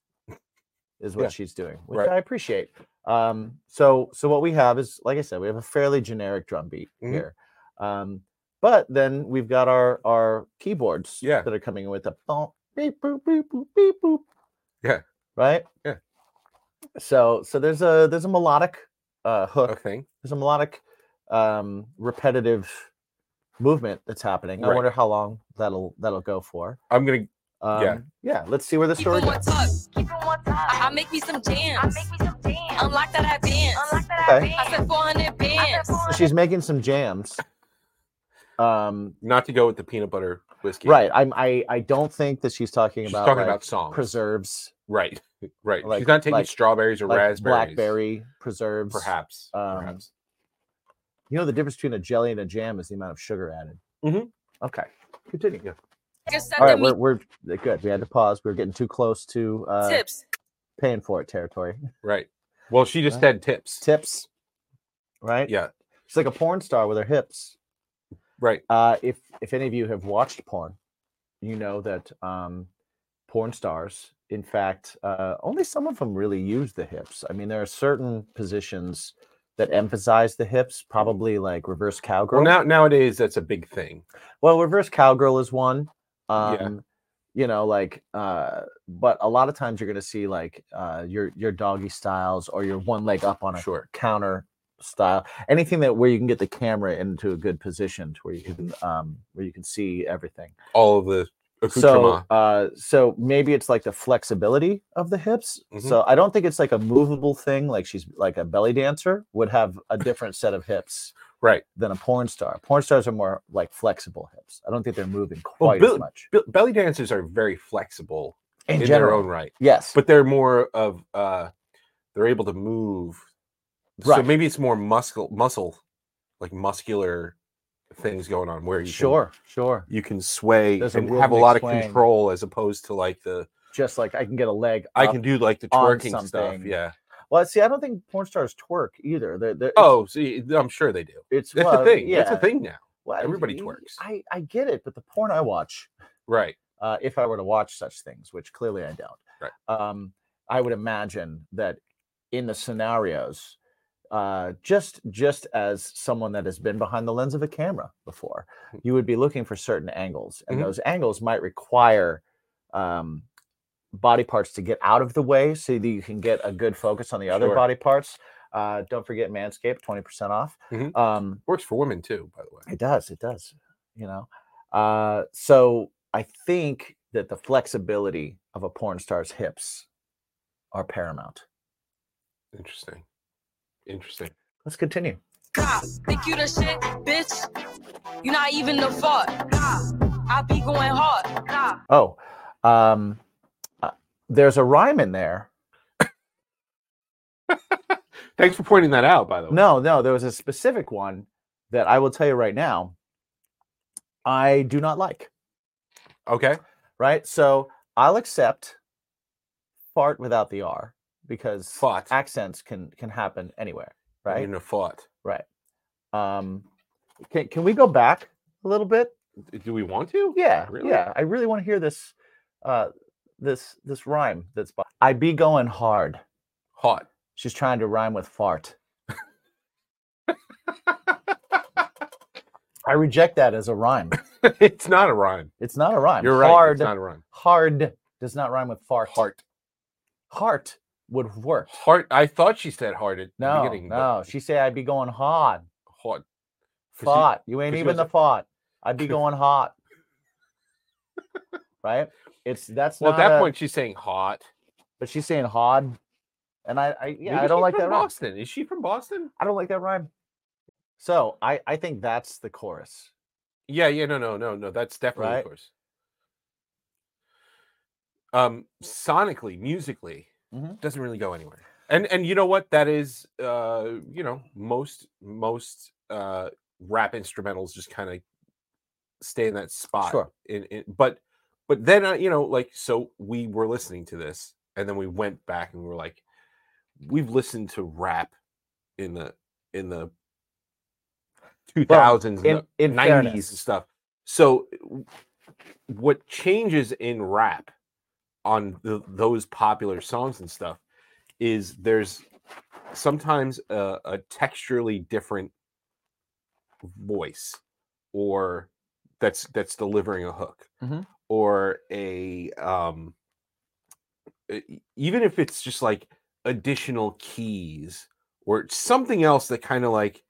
Speaker 1: is what
Speaker 2: Yeah.
Speaker 1: she's doing which
Speaker 2: Right.
Speaker 1: i appreciate um so so what we have is like i said we have a fairly generic drum beat
Speaker 2: Mhm.
Speaker 1: here um but then we've got our our keyboards
Speaker 2: Yeah.
Speaker 1: that are coming in with a thump, beep boop beep boop beep boop
Speaker 2: Yeah.
Speaker 1: right
Speaker 2: Yeah.
Speaker 1: so so there's a there's a melodic uh hook
Speaker 2: A thing.
Speaker 1: there's a melodic um repetitive movement that's happening i
Speaker 2: Right.
Speaker 1: wonder how long that'll that'll go for
Speaker 2: I'm going to
Speaker 1: um,
Speaker 2: Yeah.
Speaker 1: yeah let's see where the
Speaker 7: Keep on
Speaker 1: story
Speaker 7: one
Speaker 1: goes
Speaker 7: tuck.
Speaker 6: Keep on one
Speaker 7: I, I
Speaker 6: time.
Speaker 7: make me some
Speaker 6: I
Speaker 7: jams.
Speaker 6: make me some dance.
Speaker 7: Unlock that advance.
Speaker 6: Unlock that
Speaker 1: Okay.
Speaker 7: I
Speaker 6: advance.
Speaker 7: said 400 bands.
Speaker 1: So she's making some jams um
Speaker 2: not to go with the peanut butter whiskey.
Speaker 1: right i'm i i don't think that she's talking
Speaker 2: She's
Speaker 1: about
Speaker 2: talking
Speaker 1: like,
Speaker 2: about songs.
Speaker 1: preserves
Speaker 2: right. Right.
Speaker 1: like-
Speaker 2: She's not taking
Speaker 1: like-
Speaker 2: strawberries or
Speaker 1: like
Speaker 2: raspberries.
Speaker 1: blackberry preserves
Speaker 2: Perhaps.
Speaker 1: um,
Speaker 2: perhaps.
Speaker 1: you know the difference between a jelly and a jam is the amount of sugar added
Speaker 2: Mhm.
Speaker 1: okay continue
Speaker 7: Just
Speaker 1: all right
Speaker 7: sending
Speaker 1: we're,
Speaker 7: me
Speaker 1: we're good we had to pause we were getting too close to uh
Speaker 7: tips.
Speaker 1: paying for it territory
Speaker 2: Right. Well, she just
Speaker 1: Right.
Speaker 2: said tips.
Speaker 1: tips right
Speaker 2: Yeah.
Speaker 1: She's like a porn star with her hips.
Speaker 2: Right.
Speaker 1: Uh, if if any of you have watched porn, you know that um, porn stars, in fact, uh, only some of them really use the hips. I mean, there are certain positions that emphasize the hips, probably like reverse cowgirl.
Speaker 2: Well, now nowadays that's a big thing.
Speaker 1: Well, reverse cowgirl is one. Um,
Speaker 2: Yeah.
Speaker 1: You know, like, uh, but a lot of times you're gonna see like uh, your your doggy styles or your one leg up on a
Speaker 2: Sure.
Speaker 1: counter style, anything that where you can get the camera into a good position to where you can um, where you can see everything.
Speaker 2: All of the
Speaker 1: So,
Speaker 2: accoutrement.
Speaker 1: uh, so maybe it's like the flexibility of the hips.
Speaker 2: Mhm.
Speaker 1: So I don't think it's like a movable thing. Like she's like a belly dancer would have a different set of hips
Speaker 2: right.
Speaker 1: than a porn star. Porn stars are more like flexible hips. I don't think they're moving
Speaker 2: Well,
Speaker 1: quite
Speaker 2: Bill-
Speaker 1: as much.
Speaker 2: Be- belly dancers are very flexible in,
Speaker 1: In,
Speaker 2: their
Speaker 1: general,
Speaker 2: own right,
Speaker 1: yes,
Speaker 2: but they're more of uh, they're able to move. So
Speaker 1: Right.
Speaker 2: maybe it's more muscle muscle, like muscular things going on where you
Speaker 1: sure, sure.
Speaker 2: can, you can sway
Speaker 1: There's a
Speaker 2: and
Speaker 1: rhythmic
Speaker 2: have a lot of
Speaker 1: swaying.
Speaker 2: control as opposed to like the
Speaker 1: Just like I can get a leg.
Speaker 2: I
Speaker 1: up.
Speaker 2: can do like the
Speaker 1: on
Speaker 2: twerking stuff.
Speaker 1: something.
Speaker 2: Yeah.
Speaker 1: Well, see, I don't think porn stars twerk either. They're, they're,
Speaker 2: Oh, see, I'm sure they do.
Speaker 1: it's, it's
Speaker 2: That's
Speaker 1: well,
Speaker 2: the thing.
Speaker 1: Yeah,
Speaker 2: That's the thing now.
Speaker 1: Well, y-
Speaker 2: Everybody twerks.
Speaker 1: I I get it, but the porn I watch
Speaker 2: Right.
Speaker 1: uh, if I were to watch such things, which clearly I don't.
Speaker 2: Right.
Speaker 1: Um, I would imagine that in the scenarios, uh, just just as someone that has been behind the lens of a camera before,
Speaker 2: Hmm.
Speaker 1: you would be looking for certain angles, and
Speaker 2: Mhm.
Speaker 1: those angles might require um, body parts to get out of the way so that you can get a good focus on the other
Speaker 2: Sure.
Speaker 1: body parts. Uh, don't forget Manscaped, twenty percent off.
Speaker 2: Mhm.
Speaker 1: Um,
Speaker 2: Works for women too, by the way.
Speaker 1: it does. It does. You know. Uh, so I think that the flexibility of a porn star's hips are paramount.
Speaker 2: Interesting. Interesting.
Speaker 1: Let's continue.
Speaker 7: God, think you the shit, bitch? You not even the fuck. God, I be going hard. God,
Speaker 1: Oh, um, uh, there's a rhyme in there.
Speaker 2: Thanks for pointing that out, by the way.
Speaker 1: No, no, there was a specific one that I will tell you right now. I do not like.
Speaker 2: Okay.
Speaker 1: Right. So I'll accept fart without the R because
Speaker 2: Fought.
Speaker 1: accents can can happen anywhere. Right.
Speaker 2: In a fought.
Speaker 1: Um, can can we go back a little bit?
Speaker 2: Do we want to?
Speaker 1: Yeah,
Speaker 2: Really?
Speaker 1: yeah. I really want to hear this, uh, this this rhyme. That's by- I be going hard.
Speaker 2: Hot.
Speaker 1: She's trying to rhyme with fart. I reject that as a rhyme.
Speaker 2: it's not a rhyme.
Speaker 1: It's not a rhyme.
Speaker 2: You're right.
Speaker 1: hard,
Speaker 2: It's not a rhyme.
Speaker 1: hard does not rhyme with fart.
Speaker 2: Heart.
Speaker 1: Heart would work.
Speaker 2: Heart. I thought she said heart at the
Speaker 1: No,
Speaker 2: beginning.
Speaker 1: no. She said I'd be going hard.
Speaker 2: Hot.
Speaker 1: Fart. You ain't
Speaker 2: because you
Speaker 1: even
Speaker 2: was-
Speaker 1: the fart. I'd be going hot. right? It's that's
Speaker 2: Well, at
Speaker 1: not
Speaker 2: that
Speaker 1: a-
Speaker 2: point, she's saying hot.
Speaker 1: but she's saying hard. And I, I yeah,
Speaker 2: Maybe
Speaker 1: I don't
Speaker 2: she's
Speaker 1: like
Speaker 2: from
Speaker 1: that rhyme.
Speaker 2: Boston. Is she from Boston?
Speaker 1: I don't like that rhyme. So I, I think that's the chorus.
Speaker 2: Yeah, yeah, no, no, no, no. That's definitely
Speaker 1: Right?
Speaker 2: of course. Um, sonically, musically,
Speaker 1: Mhm.
Speaker 2: doesn't really go anywhere. And and you know what? That is, uh, you know, most most uh rap instrumentals just kind of stay in that spot.
Speaker 1: Sure.
Speaker 2: In, in but but then uh, you know, like so we were listening to this, and then we went back and we were like, we've listened to rap in the in the two thousands,
Speaker 1: in- in
Speaker 2: nineties,
Speaker 1: fairness.
Speaker 2: and stuff. So, w- what changes in rap on the, those popular songs and stuff is there's sometimes a, a texturally different voice, or that's that's delivering a hook,
Speaker 1: Mhm.
Speaker 2: or a um, e- even if it's just like additional keys or something else that kind of like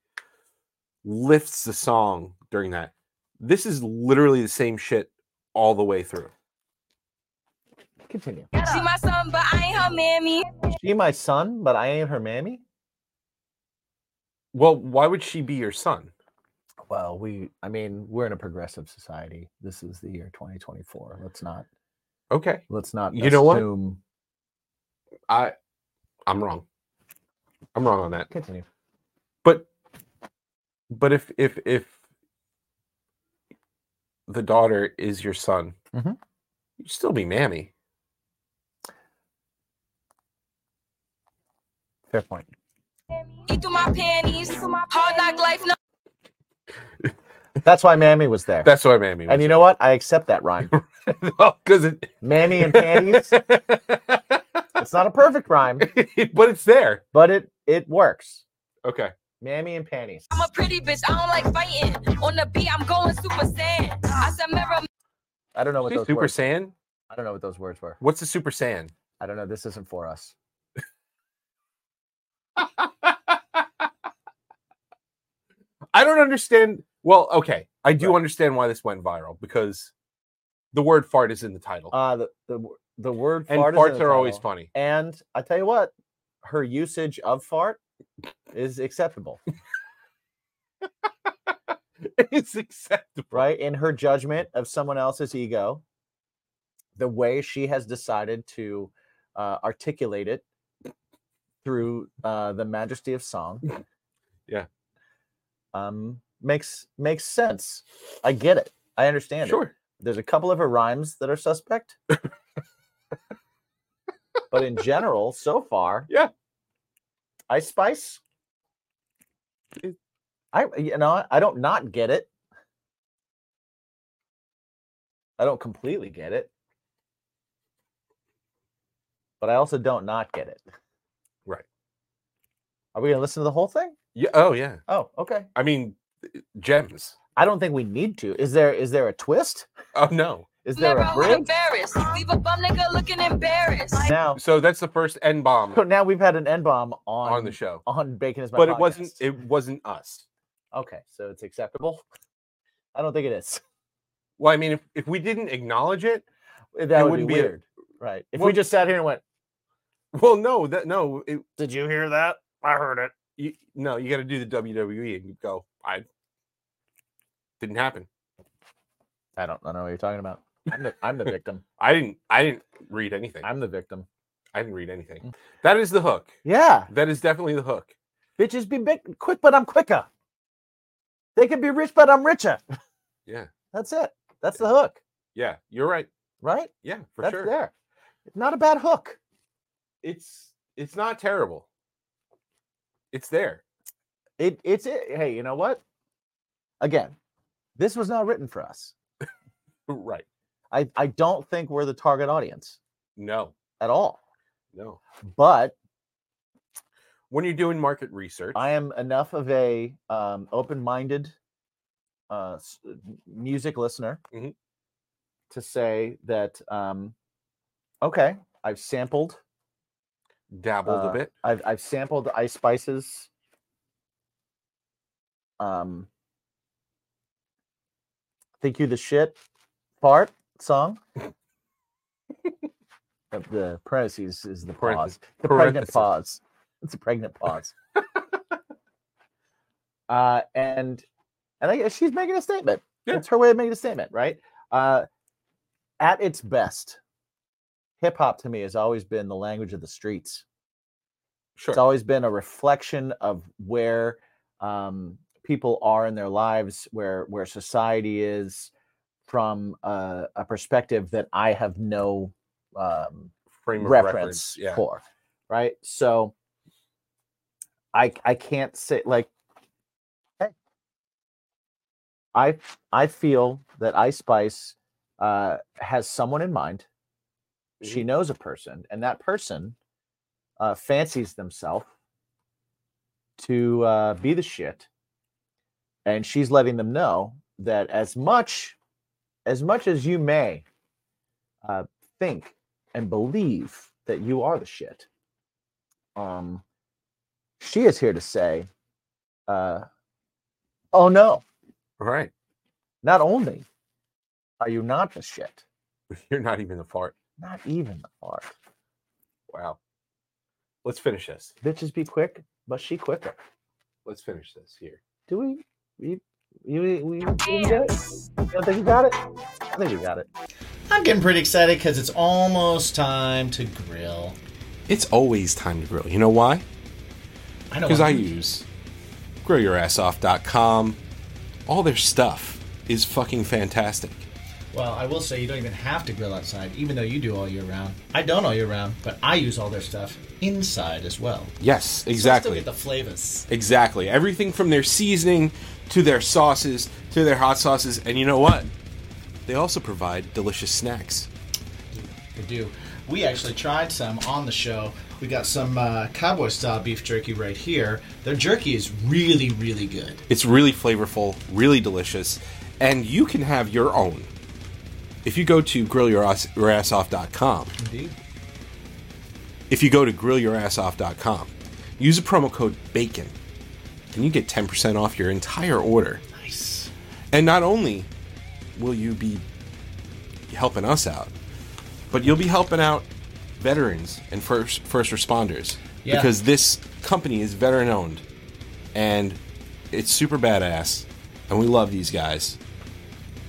Speaker 2: lifts the song during that. This is literally the same shit all the way through.
Speaker 1: Continue.
Speaker 7: she my son, but I ain't her mammy.
Speaker 1: She my son, but I ain't her mammy.
Speaker 2: Well, why would she be your son?
Speaker 1: Well, we I mean, we're in a progressive society. This is the year 2024. Let's not
Speaker 2: Okay,
Speaker 1: let's not
Speaker 2: You know what?
Speaker 1: assume-
Speaker 2: I, I'm wrong. I'm wrong on that.
Speaker 1: Continue.
Speaker 2: But, but if if if the daughter is your son,
Speaker 1: Mhm.
Speaker 2: you'd still be mammy.
Speaker 1: Fair point.
Speaker 7: Eat through my panties. Hard knock life, no.
Speaker 1: That's why Mammy was there.
Speaker 2: That's why Mammy.
Speaker 1: and you know what? I accept that rhyme.
Speaker 2: because it,
Speaker 1: Mammy and panties. It's not a perfect rhyme,
Speaker 2: but it's there.
Speaker 1: but it it works.
Speaker 2: Okay.
Speaker 1: Mammy and panties.
Speaker 7: I'm a pretty bitch. I don't like fighting. On the beat, I'm going super saiyan. I said mirror
Speaker 1: I don't know what
Speaker 2: Say
Speaker 1: those
Speaker 2: Super
Speaker 1: words.
Speaker 2: Saiyan.
Speaker 1: I don't know what those words were.
Speaker 2: What's a Super Saiyan?
Speaker 1: I don't know. This isn't for us.
Speaker 2: I don't understand. Well, okay, I do understand why this went viral because the word fart is in the title,
Speaker 1: Uh the the, w- the word
Speaker 2: and
Speaker 1: fart is in
Speaker 2: farts
Speaker 1: the
Speaker 2: are always
Speaker 1: title.
Speaker 2: funny.
Speaker 1: And I tell you what, her usage of fart is acceptable,
Speaker 2: it's acceptable.
Speaker 1: right? In her judgment of someone else's ego, the way she has decided to uh, articulate it through uh, the majesty of song,
Speaker 2: Yeah.
Speaker 1: um, makes makes sense. I get it. I understand it.
Speaker 2: Sure.
Speaker 1: There's a couple of her rhymes that are suspect. but in general, so far,
Speaker 2: Yeah.
Speaker 1: Ice Spice.
Speaker 2: It-
Speaker 1: I you know, I don't not get it. I don't completely get it. But I also don't not get it.
Speaker 2: Right.
Speaker 1: Are we gonna listen to the whole thing?
Speaker 2: Yeah. Oh yeah.
Speaker 1: Oh, okay.
Speaker 2: I mean, gems.
Speaker 1: I don't think we need to. Is there is there a twist?
Speaker 2: Oh no.
Speaker 1: Is there a
Speaker 7: mirror with
Speaker 1: bridge?
Speaker 7: embarrassed. Leave a bum nigga looking embarrassed.
Speaker 1: Now
Speaker 2: So that's the first N bomb
Speaker 1: So now we've had an N bomb on
Speaker 2: on the show,
Speaker 1: on bacon is my
Speaker 2: but it wasn't.
Speaker 1: podcast.
Speaker 2: It wasn't us.
Speaker 1: okay, so it's acceptable. I don't think it is.
Speaker 2: Well, I mean, if, if we didn't acknowledge it,
Speaker 1: That would be,
Speaker 2: wouldn't be a-
Speaker 1: weird, right? If we
Speaker 2: Well-
Speaker 1: just sat here and went,
Speaker 2: well, no, that no, it,
Speaker 1: "Did you hear that? I heard it."
Speaker 2: you, no, you got to do the WWE and you go. I didn't happen.
Speaker 1: I don't, I don't know what you're talking about. I'm the, I'm the victim.
Speaker 2: I didn't. I didn't read anything.
Speaker 1: I'm the victim.
Speaker 2: I didn't read
Speaker 1: Mm.
Speaker 2: anything. That is the hook.
Speaker 1: Yeah,
Speaker 2: That is definitely the hook.
Speaker 1: bitches be big, quick, but I'm quicker. They can be rich, but I'm richer.
Speaker 2: Yeah.
Speaker 1: that's it. That's the hook,
Speaker 2: Yeah, you're right.
Speaker 1: right?
Speaker 2: Yeah, for
Speaker 1: That's
Speaker 2: sure.
Speaker 1: there. Not a bad hook.
Speaker 2: It's it's not terrible. It's there.
Speaker 1: It it's it. Hey, you know what? Again, this was not written for us.
Speaker 2: Right.
Speaker 1: I, I don't think we're the target audience
Speaker 2: No.
Speaker 1: at all.
Speaker 2: No.
Speaker 1: But
Speaker 2: When you're doing market research,
Speaker 1: I am enough of a um, open-minded uh, s- uh, music listener
Speaker 2: Mhm.
Speaker 1: to say that um, okay, I've sampled,
Speaker 2: dabbled
Speaker 1: uh,
Speaker 2: a bit.
Speaker 1: I've I've sampled Ice Spices. Um, think you the shit, fart song. Uh, the parentheses is the pause.
Speaker 2: Parentheses.
Speaker 1: the pregnant
Speaker 2: Parentheses.
Speaker 1: pause. It's a pregnant pause. uh, and and I guess she's making a statement.
Speaker 2: Yeah.
Speaker 1: It's her way of making a statement, right? Uh, at its best, hip hop to me has always been the language of the streets.
Speaker 2: Sure.
Speaker 1: It's always been a reflection of where um, people are in their lives, where where society is, from a, a perspective that I have no um,
Speaker 2: Frame of
Speaker 1: reference,
Speaker 2: reference. Yeah.
Speaker 1: for right so i i can't say like hey, i i feel that ice spice uh has someone in mind
Speaker 2: Mm-hmm.
Speaker 1: she knows a person and that person uh fancies themselves to uh be the shit and she's letting them know that as much as much as you may uh think and believe that you are the shit. Um, she is here to say, uh, oh no,
Speaker 2: All right.
Speaker 1: not only are you not the shit,
Speaker 2: You're not even a fart.
Speaker 1: not even the fart.
Speaker 2: Wow. Let's finish this.
Speaker 1: Bitches be quick, but she quicker.
Speaker 2: Let's finish this here.
Speaker 1: Do we? You, you, we, you get it? You don't think you got it? I think you got it.
Speaker 4: I'm getting pretty excited because it's almost time to grill.
Speaker 2: It's always time to grill. You know why?
Speaker 4: I know
Speaker 2: because
Speaker 4: what
Speaker 2: I
Speaker 4: I'm-
Speaker 1: Mm-hmm.
Speaker 2: use grillyourassoff.com. All their stuff is fucking fantastic.
Speaker 4: Well, I will say you don't even have to grill outside, even though you do all year round. I don't all year round, but I use all their stuff inside as well.
Speaker 2: Yes,
Speaker 4: So I still
Speaker 2: exactly.
Speaker 4: get the flavors.
Speaker 2: Exactly. Everything from their seasoning to their sauces to their hot sauces. And you know what? They also provide delicious snacks.
Speaker 4: They do. We actually tried some on the show. We got some uh, cowboy style beef jerky right here. Their jerky is really, really good.
Speaker 2: It's really flavorful, really delicious, and you can have your own. If you go to grillyourassoff.com,
Speaker 4: Indeed.
Speaker 2: if you go to grillyourassoff.com, use the promo code BACON, and you get 10% off your entire order.
Speaker 4: Nice.
Speaker 2: And not only will you be helping us out, but you'll be helping out veterans and first first responders
Speaker 4: Yeah.
Speaker 2: because this company is veteran owned and it's super badass and we love these guys.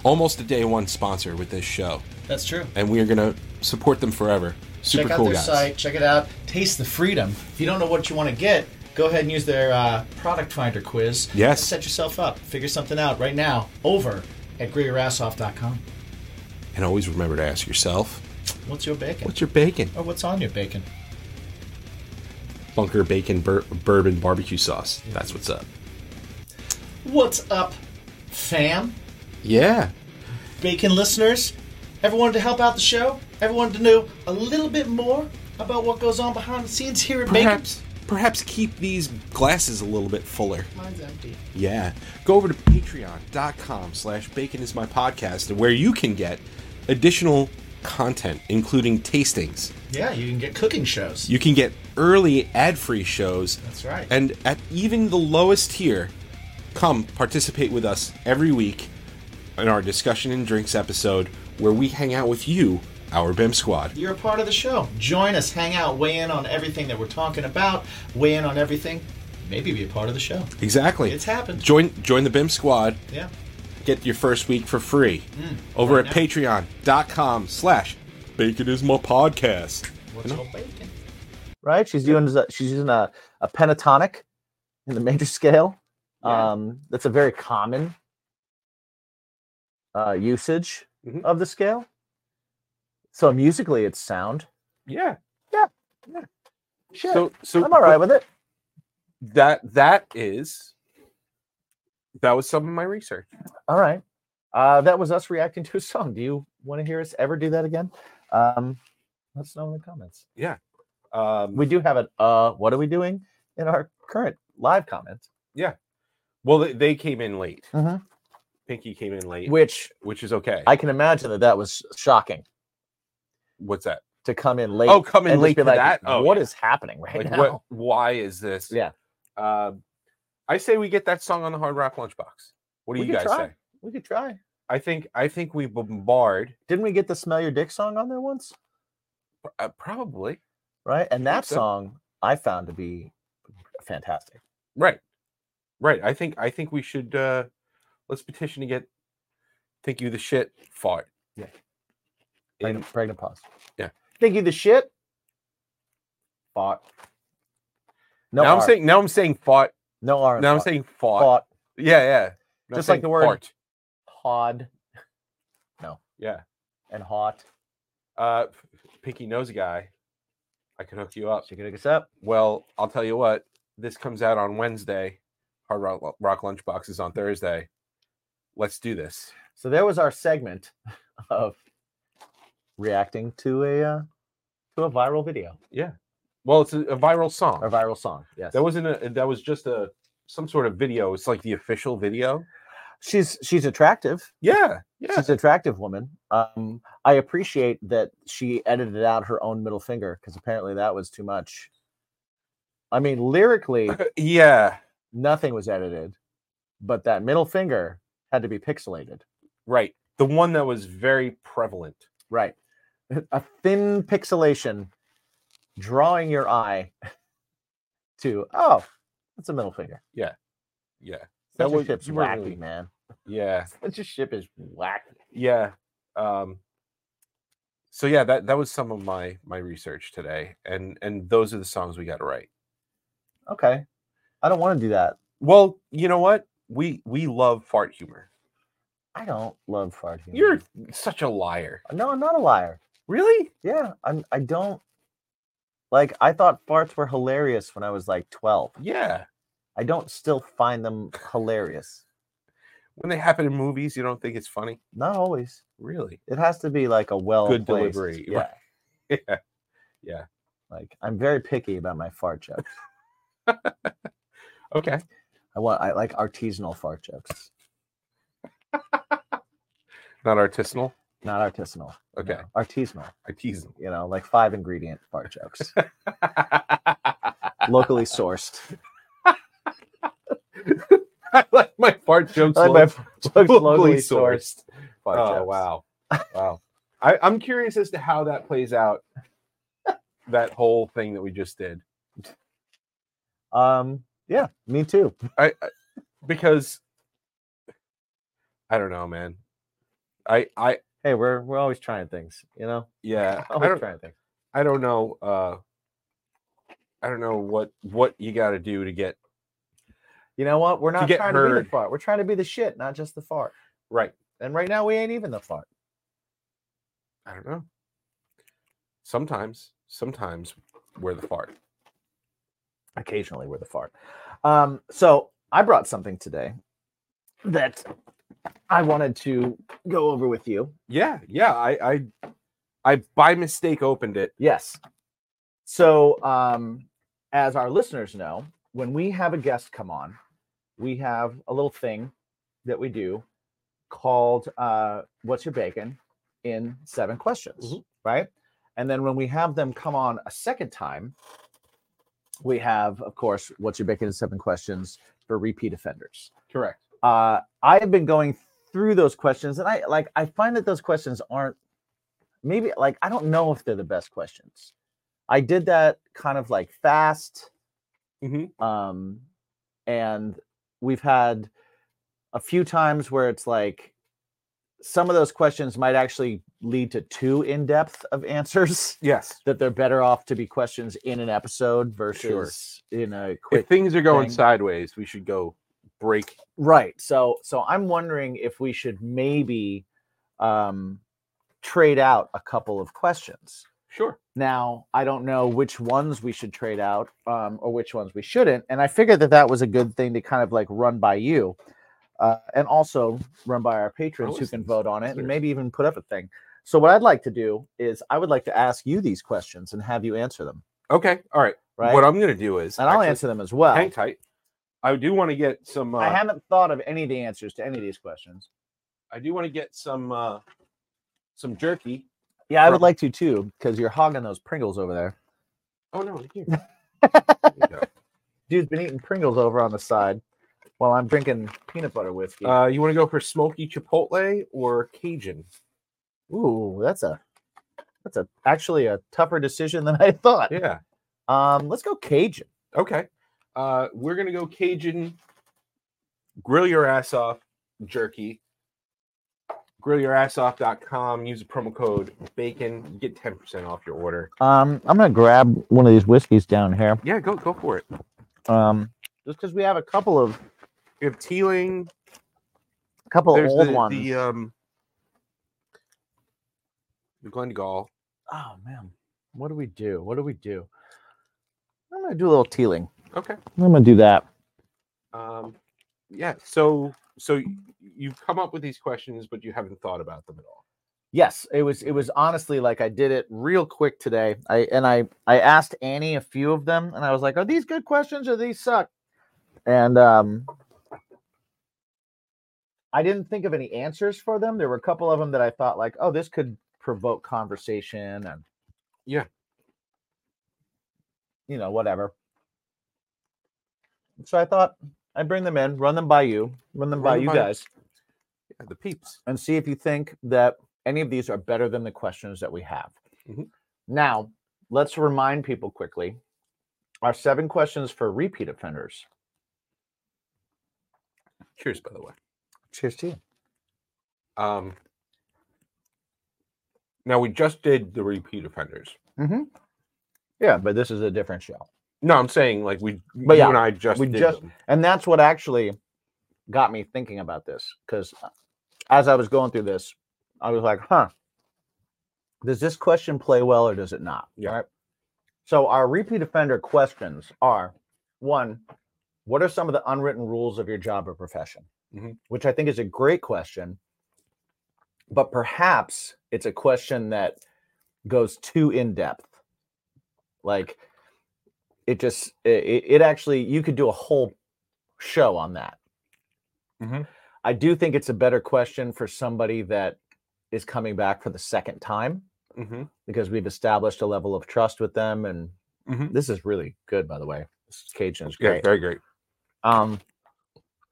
Speaker 2: Almost a day one sponsor with this show
Speaker 4: That's true.
Speaker 2: and we are going to support them forever. Super
Speaker 4: check out
Speaker 2: cool
Speaker 4: their
Speaker 2: guys.
Speaker 4: site. Check it out. Taste the freedom. If you don't know what you want to get, go ahead and use their uh, product finder quiz.
Speaker 2: Yes.
Speaker 4: And set yourself up. Figure something out right now over at grillyourassoff.com.
Speaker 2: And always remember to ask yourself,
Speaker 4: What's your bacon?
Speaker 2: what's your bacon?
Speaker 4: or what's on your bacon?
Speaker 2: Bunker bacon bur- bourbon barbecue sauce. That's what's up.
Speaker 4: What's up, fam?
Speaker 2: Yeah.
Speaker 4: Bacon listeners? Ever wanted to help out the show? Ever wanted to know a little bit more about what goes on behind the scenes here at
Speaker 2: Perhaps, perhaps keep these glasses a little bit fuller.
Speaker 4: Bacon? Mine's empty.
Speaker 2: Yeah. Go over to patreon.com slash bacon is my podcast where you can get additional content, including tastings.
Speaker 4: Yeah, you can get cooking shows.
Speaker 2: You can get early ad-free shows.
Speaker 4: That's right.
Speaker 2: And at even the lowest tier, come participate with us every week in our discussion and drinks episode where we hang out with you, our BIM squad.
Speaker 4: You're a part of the show. Join us, hang out, weigh in on everything that we're talking about, weigh in on everything. Maybe be a part of the show.
Speaker 2: Exactly.
Speaker 4: It's happened.
Speaker 2: Join join the BIM squad.
Speaker 4: Yeah.
Speaker 2: get your first week for free over at patreon.com slash bacon is my podcast
Speaker 4: What's your bacon?
Speaker 1: right? She's doing a- she's using a, a pentatonic in the major scale.
Speaker 2: Yeah.
Speaker 1: Um, that's a very common uh, usage
Speaker 2: Mhm.
Speaker 1: of the scale. So musically, it's sound.
Speaker 2: yeah
Speaker 1: Shit,
Speaker 2: so so
Speaker 1: I'm all right with it.
Speaker 2: that that is that was some of my research
Speaker 1: All right, uh, that was us reacting to a song. Do you want to hear us ever do that again? Um, let us know in the comments.
Speaker 2: um
Speaker 1: We do have an uh, what are we doing in our current live comments?
Speaker 2: well they, they came in late
Speaker 1: Mhm.
Speaker 2: pinky came in late
Speaker 1: Which
Speaker 2: which is okay
Speaker 1: I can imagine that that was shocking
Speaker 2: what's that
Speaker 1: to come in late.
Speaker 2: oh come in
Speaker 1: and
Speaker 2: late
Speaker 1: late
Speaker 2: to
Speaker 1: be like,
Speaker 2: that
Speaker 1: "What
Speaker 2: oh
Speaker 1: is
Speaker 2: yeah.
Speaker 1: happening right
Speaker 2: like
Speaker 1: now?
Speaker 2: what why is this
Speaker 1: Yeah.
Speaker 2: um i say we get that song on the hard rock lunchbox what do
Speaker 1: We
Speaker 2: you
Speaker 1: could
Speaker 2: guys
Speaker 1: try.
Speaker 2: say
Speaker 1: We could try.
Speaker 2: i think i think we bombard
Speaker 1: Didn't we get the "Smell Your Dick" song on there once,
Speaker 2: uh, probably
Speaker 1: right? And
Speaker 2: think
Speaker 1: that
Speaker 2: so.
Speaker 1: song I found to be fantastic.
Speaker 2: Right. Right. I think I think we should uh let's petition to get think you the shit fart.
Speaker 1: Yeah.
Speaker 2: And
Speaker 1: Pregnant, pregnant pause.
Speaker 2: Yeah.
Speaker 1: Think you the shit. Fought. No,
Speaker 2: now I'm
Speaker 1: R.
Speaker 2: saying now I'm saying fart.
Speaker 1: no R. in
Speaker 2: Now I'm
Speaker 1: fought.
Speaker 2: saying fart.
Speaker 1: fought.
Speaker 2: Yeah, yeah. Now I'm
Speaker 1: Just like
Speaker 2: saying
Speaker 1: the word.
Speaker 2: fart.
Speaker 1: Pod
Speaker 2: Yeah.
Speaker 1: and hot.
Speaker 2: Uh Pinky knows a guy. I could hook you up.
Speaker 1: She could hook us up.
Speaker 2: Well, I'll tell you what. This comes out on Wednesday. Hard Rock, Rock Lunchbox is on Thursday. Let's do this.
Speaker 1: So there was our segment of reacting to a uh, to a viral video
Speaker 2: Well, it's a, a viral song.
Speaker 1: or viral song. Yes.
Speaker 2: That wasn't a that was just a some sort of video. It's like the official video.
Speaker 1: she's she's attractive.
Speaker 2: Yeah. Yeah.
Speaker 1: she's an attractive woman. Um, I appreciate that she edited out her own middle finger because apparently that was too much. I mean, lyrically,
Speaker 2: Yeah,
Speaker 1: nothing was edited, but that middle finger had to be pixelated.
Speaker 2: right. The one that was very prevalent.
Speaker 1: Right. A thin pixelation drawing your eye to, oh, that's a middle finger.
Speaker 2: Yeah, That
Speaker 1: That
Speaker 2: was-
Speaker 1: ship's
Speaker 2: you weren't
Speaker 1: wacky,
Speaker 2: really-
Speaker 1: man.
Speaker 2: yeah,
Speaker 1: Such a ship is wacky.
Speaker 2: yeah. Um, so yeah, that that was some of my my research today, and and those are the songs we got to write.
Speaker 1: Okay. I don't want to do that.
Speaker 2: Well, you know what? We we love fart humor.
Speaker 1: I don't love fart humor.
Speaker 2: You're such a liar.
Speaker 1: no, I'm not a liar.
Speaker 2: Really?
Speaker 1: Yeah, I'm. I don't like. I thought farts were hilarious when I was like 12.
Speaker 2: Yeah.
Speaker 1: I don't still find them hilarious.
Speaker 2: When they happen in movies, you don't think it's funny?
Speaker 1: Not always.
Speaker 2: Really?
Speaker 1: It has to be like a well
Speaker 2: Good
Speaker 1: placed-
Speaker 2: delivery,
Speaker 1: Yeah.
Speaker 2: Yeah.
Speaker 1: Like I'm very picky about my fart jokes.
Speaker 2: Okay.
Speaker 1: I want. I like artisanal fart jokes,
Speaker 2: Not artisanal.
Speaker 1: not artisanal.
Speaker 2: Okay.
Speaker 1: no, Artisanal.
Speaker 2: Artisanal.
Speaker 1: You know, like five ingredient fart jokes, locally sourced.
Speaker 2: I like my fart jokes.
Speaker 1: I like my
Speaker 2: locally-
Speaker 1: fart jokes locally sourced. fart
Speaker 2: Oh
Speaker 1: jokes.
Speaker 2: wow, wow. I, I'm curious as to how that plays out. That whole thing that we just did,
Speaker 1: Um. Yeah. Me too.
Speaker 2: I, I because I don't know, man. I I
Speaker 1: Hey, we're we're always trying things. You know.
Speaker 2: yeah. I
Speaker 1: Always
Speaker 2: don't
Speaker 1: trying things.
Speaker 2: I don't know. Uh, I don't know what what you got to do to get
Speaker 1: You know what? We're not
Speaker 2: get
Speaker 1: trying to be
Speaker 2: heard.
Speaker 1: the fart. We're trying to be the shit, not just the fart.
Speaker 2: right.
Speaker 1: And right now, we ain't even the fart.
Speaker 2: I don't know. Sometimes, sometimes we're the fart.
Speaker 1: Occasionally, we're the fart. Um, so I brought something today that I wanted to go over with you.
Speaker 2: Yeah, yeah. I I I by mistake opened it.
Speaker 1: Yes. So, um, as our listeners know, when we have a guest come on, we have a little thing that we do called uh, What's Your Bacon in Seven Questions, right? And then when we have them come on a second time, we have, of course, What's Your Bacon in Seven Questions for repeat offenders.
Speaker 2: Correct.
Speaker 1: Uh, I have been going through those questions and I like, I find that those questions aren't maybe like I don't know if they're the best questions. I did that kind of like fast.
Speaker 2: Mhm.
Speaker 1: Um, and we've had a few times where it's like some of those questions might actually lead to too in depth of answers
Speaker 2: Yes.
Speaker 1: that they're better off to be questions in an episode versus in a quick
Speaker 2: if things are going
Speaker 1: thing.
Speaker 2: sideways, we should go break.
Speaker 1: Right. So so I'm wondering if we should maybe um trade out a couple of questions.
Speaker 2: Sure.
Speaker 1: Now, I don't know which ones we should trade out um, or which ones we shouldn't. And I figured that that was a good thing to kind of like run by you uh, and also run by our patrons who
Speaker 2: always
Speaker 1: can
Speaker 2: think
Speaker 1: vote on it and
Speaker 2: listeners.
Speaker 1: maybe even put up a thing. So, what I'd like to do is I would like to ask you these questions and have you answer them,
Speaker 2: Okay. All right.
Speaker 1: right?
Speaker 2: What I'm gonna do is,
Speaker 1: and I'll
Speaker 2: actually-
Speaker 1: answer them as well.
Speaker 2: Hang tight. I do want to get some. Uh,
Speaker 1: I
Speaker 2: I,
Speaker 1: haven't thought of any of the answers to any of these questions.
Speaker 2: do want to get some uh, some jerky.
Speaker 1: Yeah, I would
Speaker 2: From-
Speaker 1: like to too, because you're hogging those Pringles over there.
Speaker 2: Oh no! Here. There you go.
Speaker 1: Dude's been eating Pringles over on the side while I'm drinking peanut butter whiskey.
Speaker 2: Uh, you want to go for smoky chipotle or Cajun?
Speaker 1: Ooh, that's a that's a actually a tougher decision than I thought.
Speaker 2: Yeah.
Speaker 1: Um, let's go Cajun.
Speaker 2: Okay. Uh, we're gonna go Cajun. Grill your ass off jerky. Grillyourassoff.com. Use the promo code bacon. Get ten percent off your order.
Speaker 1: Um, I'm gonna grab one of these whiskeys down here.
Speaker 2: Yeah, go go for it.
Speaker 1: Um, just because we have a couple of
Speaker 2: We have Teeling,
Speaker 1: couple
Speaker 2: There's
Speaker 1: old
Speaker 2: the,
Speaker 1: ones.
Speaker 2: the um the Glendale.
Speaker 1: oh man, what do we do? What do we do? I'm gonna do a little tealing.
Speaker 2: Okay.
Speaker 1: I'm gonna do that.
Speaker 2: Um yeah, so so y- you've come up with these questions but you haven't thought about them at all.
Speaker 1: Yes, it was it was honestly like I did it real quick today. I and I I asked Annie a few of them and I was like, "Are these good questions or these suck?" And um I didn't think of any answers for them. There were a couple of them that I thought like, "Oh, this could provoke conversation and
Speaker 2: Yeah.
Speaker 1: You know, whatever. So I thought I'd bring them in, run them by you, run them
Speaker 2: Run
Speaker 1: by
Speaker 2: them
Speaker 1: you
Speaker 2: by-
Speaker 1: guys
Speaker 2: Yeah, the peeps.
Speaker 1: and see if you think that any of these are better than the questions that we have.
Speaker 2: Mhm.
Speaker 1: Now, let's remind people quickly our seven questions for repeat offenders.
Speaker 2: Cheers by the way.
Speaker 1: Cheers to you.
Speaker 2: Um now we just did the repeat offenders.
Speaker 1: Yeah, but this is a different show.
Speaker 2: No, I'm saying like we
Speaker 1: But
Speaker 2: you
Speaker 1: yeah,
Speaker 2: and I just
Speaker 1: we
Speaker 2: did
Speaker 1: just-
Speaker 2: them.
Speaker 1: And that's what actually got me thinking about this because uh, as I was going through this, I was like, huh, does this question play well or does it not?
Speaker 2: Yeah.
Speaker 1: Right. So our repeat offender questions are one, what are some of the unwritten rules of your job or profession?
Speaker 2: Mhm.
Speaker 1: Which I think is a great question, but perhaps it's a question that goes too in depth. Like it just, it, it it actually, you could do a whole show on that. I do think it's a better question for somebody that is coming back for the second time
Speaker 2: Mm-hmm.
Speaker 1: because we've established a level of trust with them. And
Speaker 2: Mhm.
Speaker 1: this is really good, by the way. This Cajun is
Speaker 2: Yeah,
Speaker 1: great.
Speaker 2: very great.
Speaker 1: Um,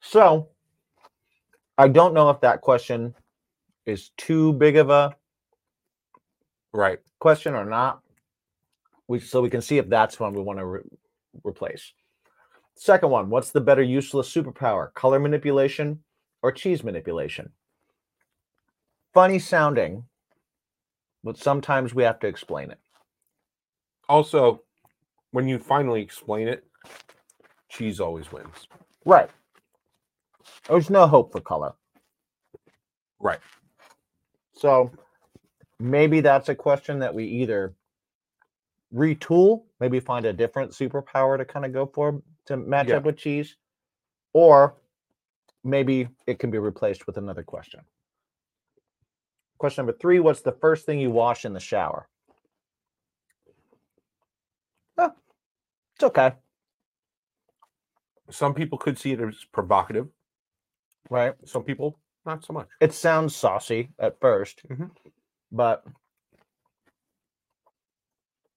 Speaker 1: so I don't know if that question is too big of a
Speaker 2: Right.
Speaker 1: question or not. We, so we can see if that's one we want to re- replace. Second one, what's the better useless superpower, color manipulation or cheese manipulation? Funny sounding, but sometimes we have to explain it.
Speaker 2: Also, when you finally explain it, cheese always wins.
Speaker 1: Right. There's no hope for color.
Speaker 2: Right.
Speaker 1: So maybe that's a question that we either retool, maybe find a different superpower to kind of go for to match
Speaker 2: Yeah.
Speaker 1: up with cheese, or maybe it can be replaced with another question. Question number three What's the first thing you wash in the shower? Huh, Ah, it's okay,
Speaker 2: Some people could see it as provocative.
Speaker 1: right?
Speaker 2: Some people, not so much.
Speaker 1: It sounds saucy at 1st
Speaker 2: Mhm.
Speaker 1: but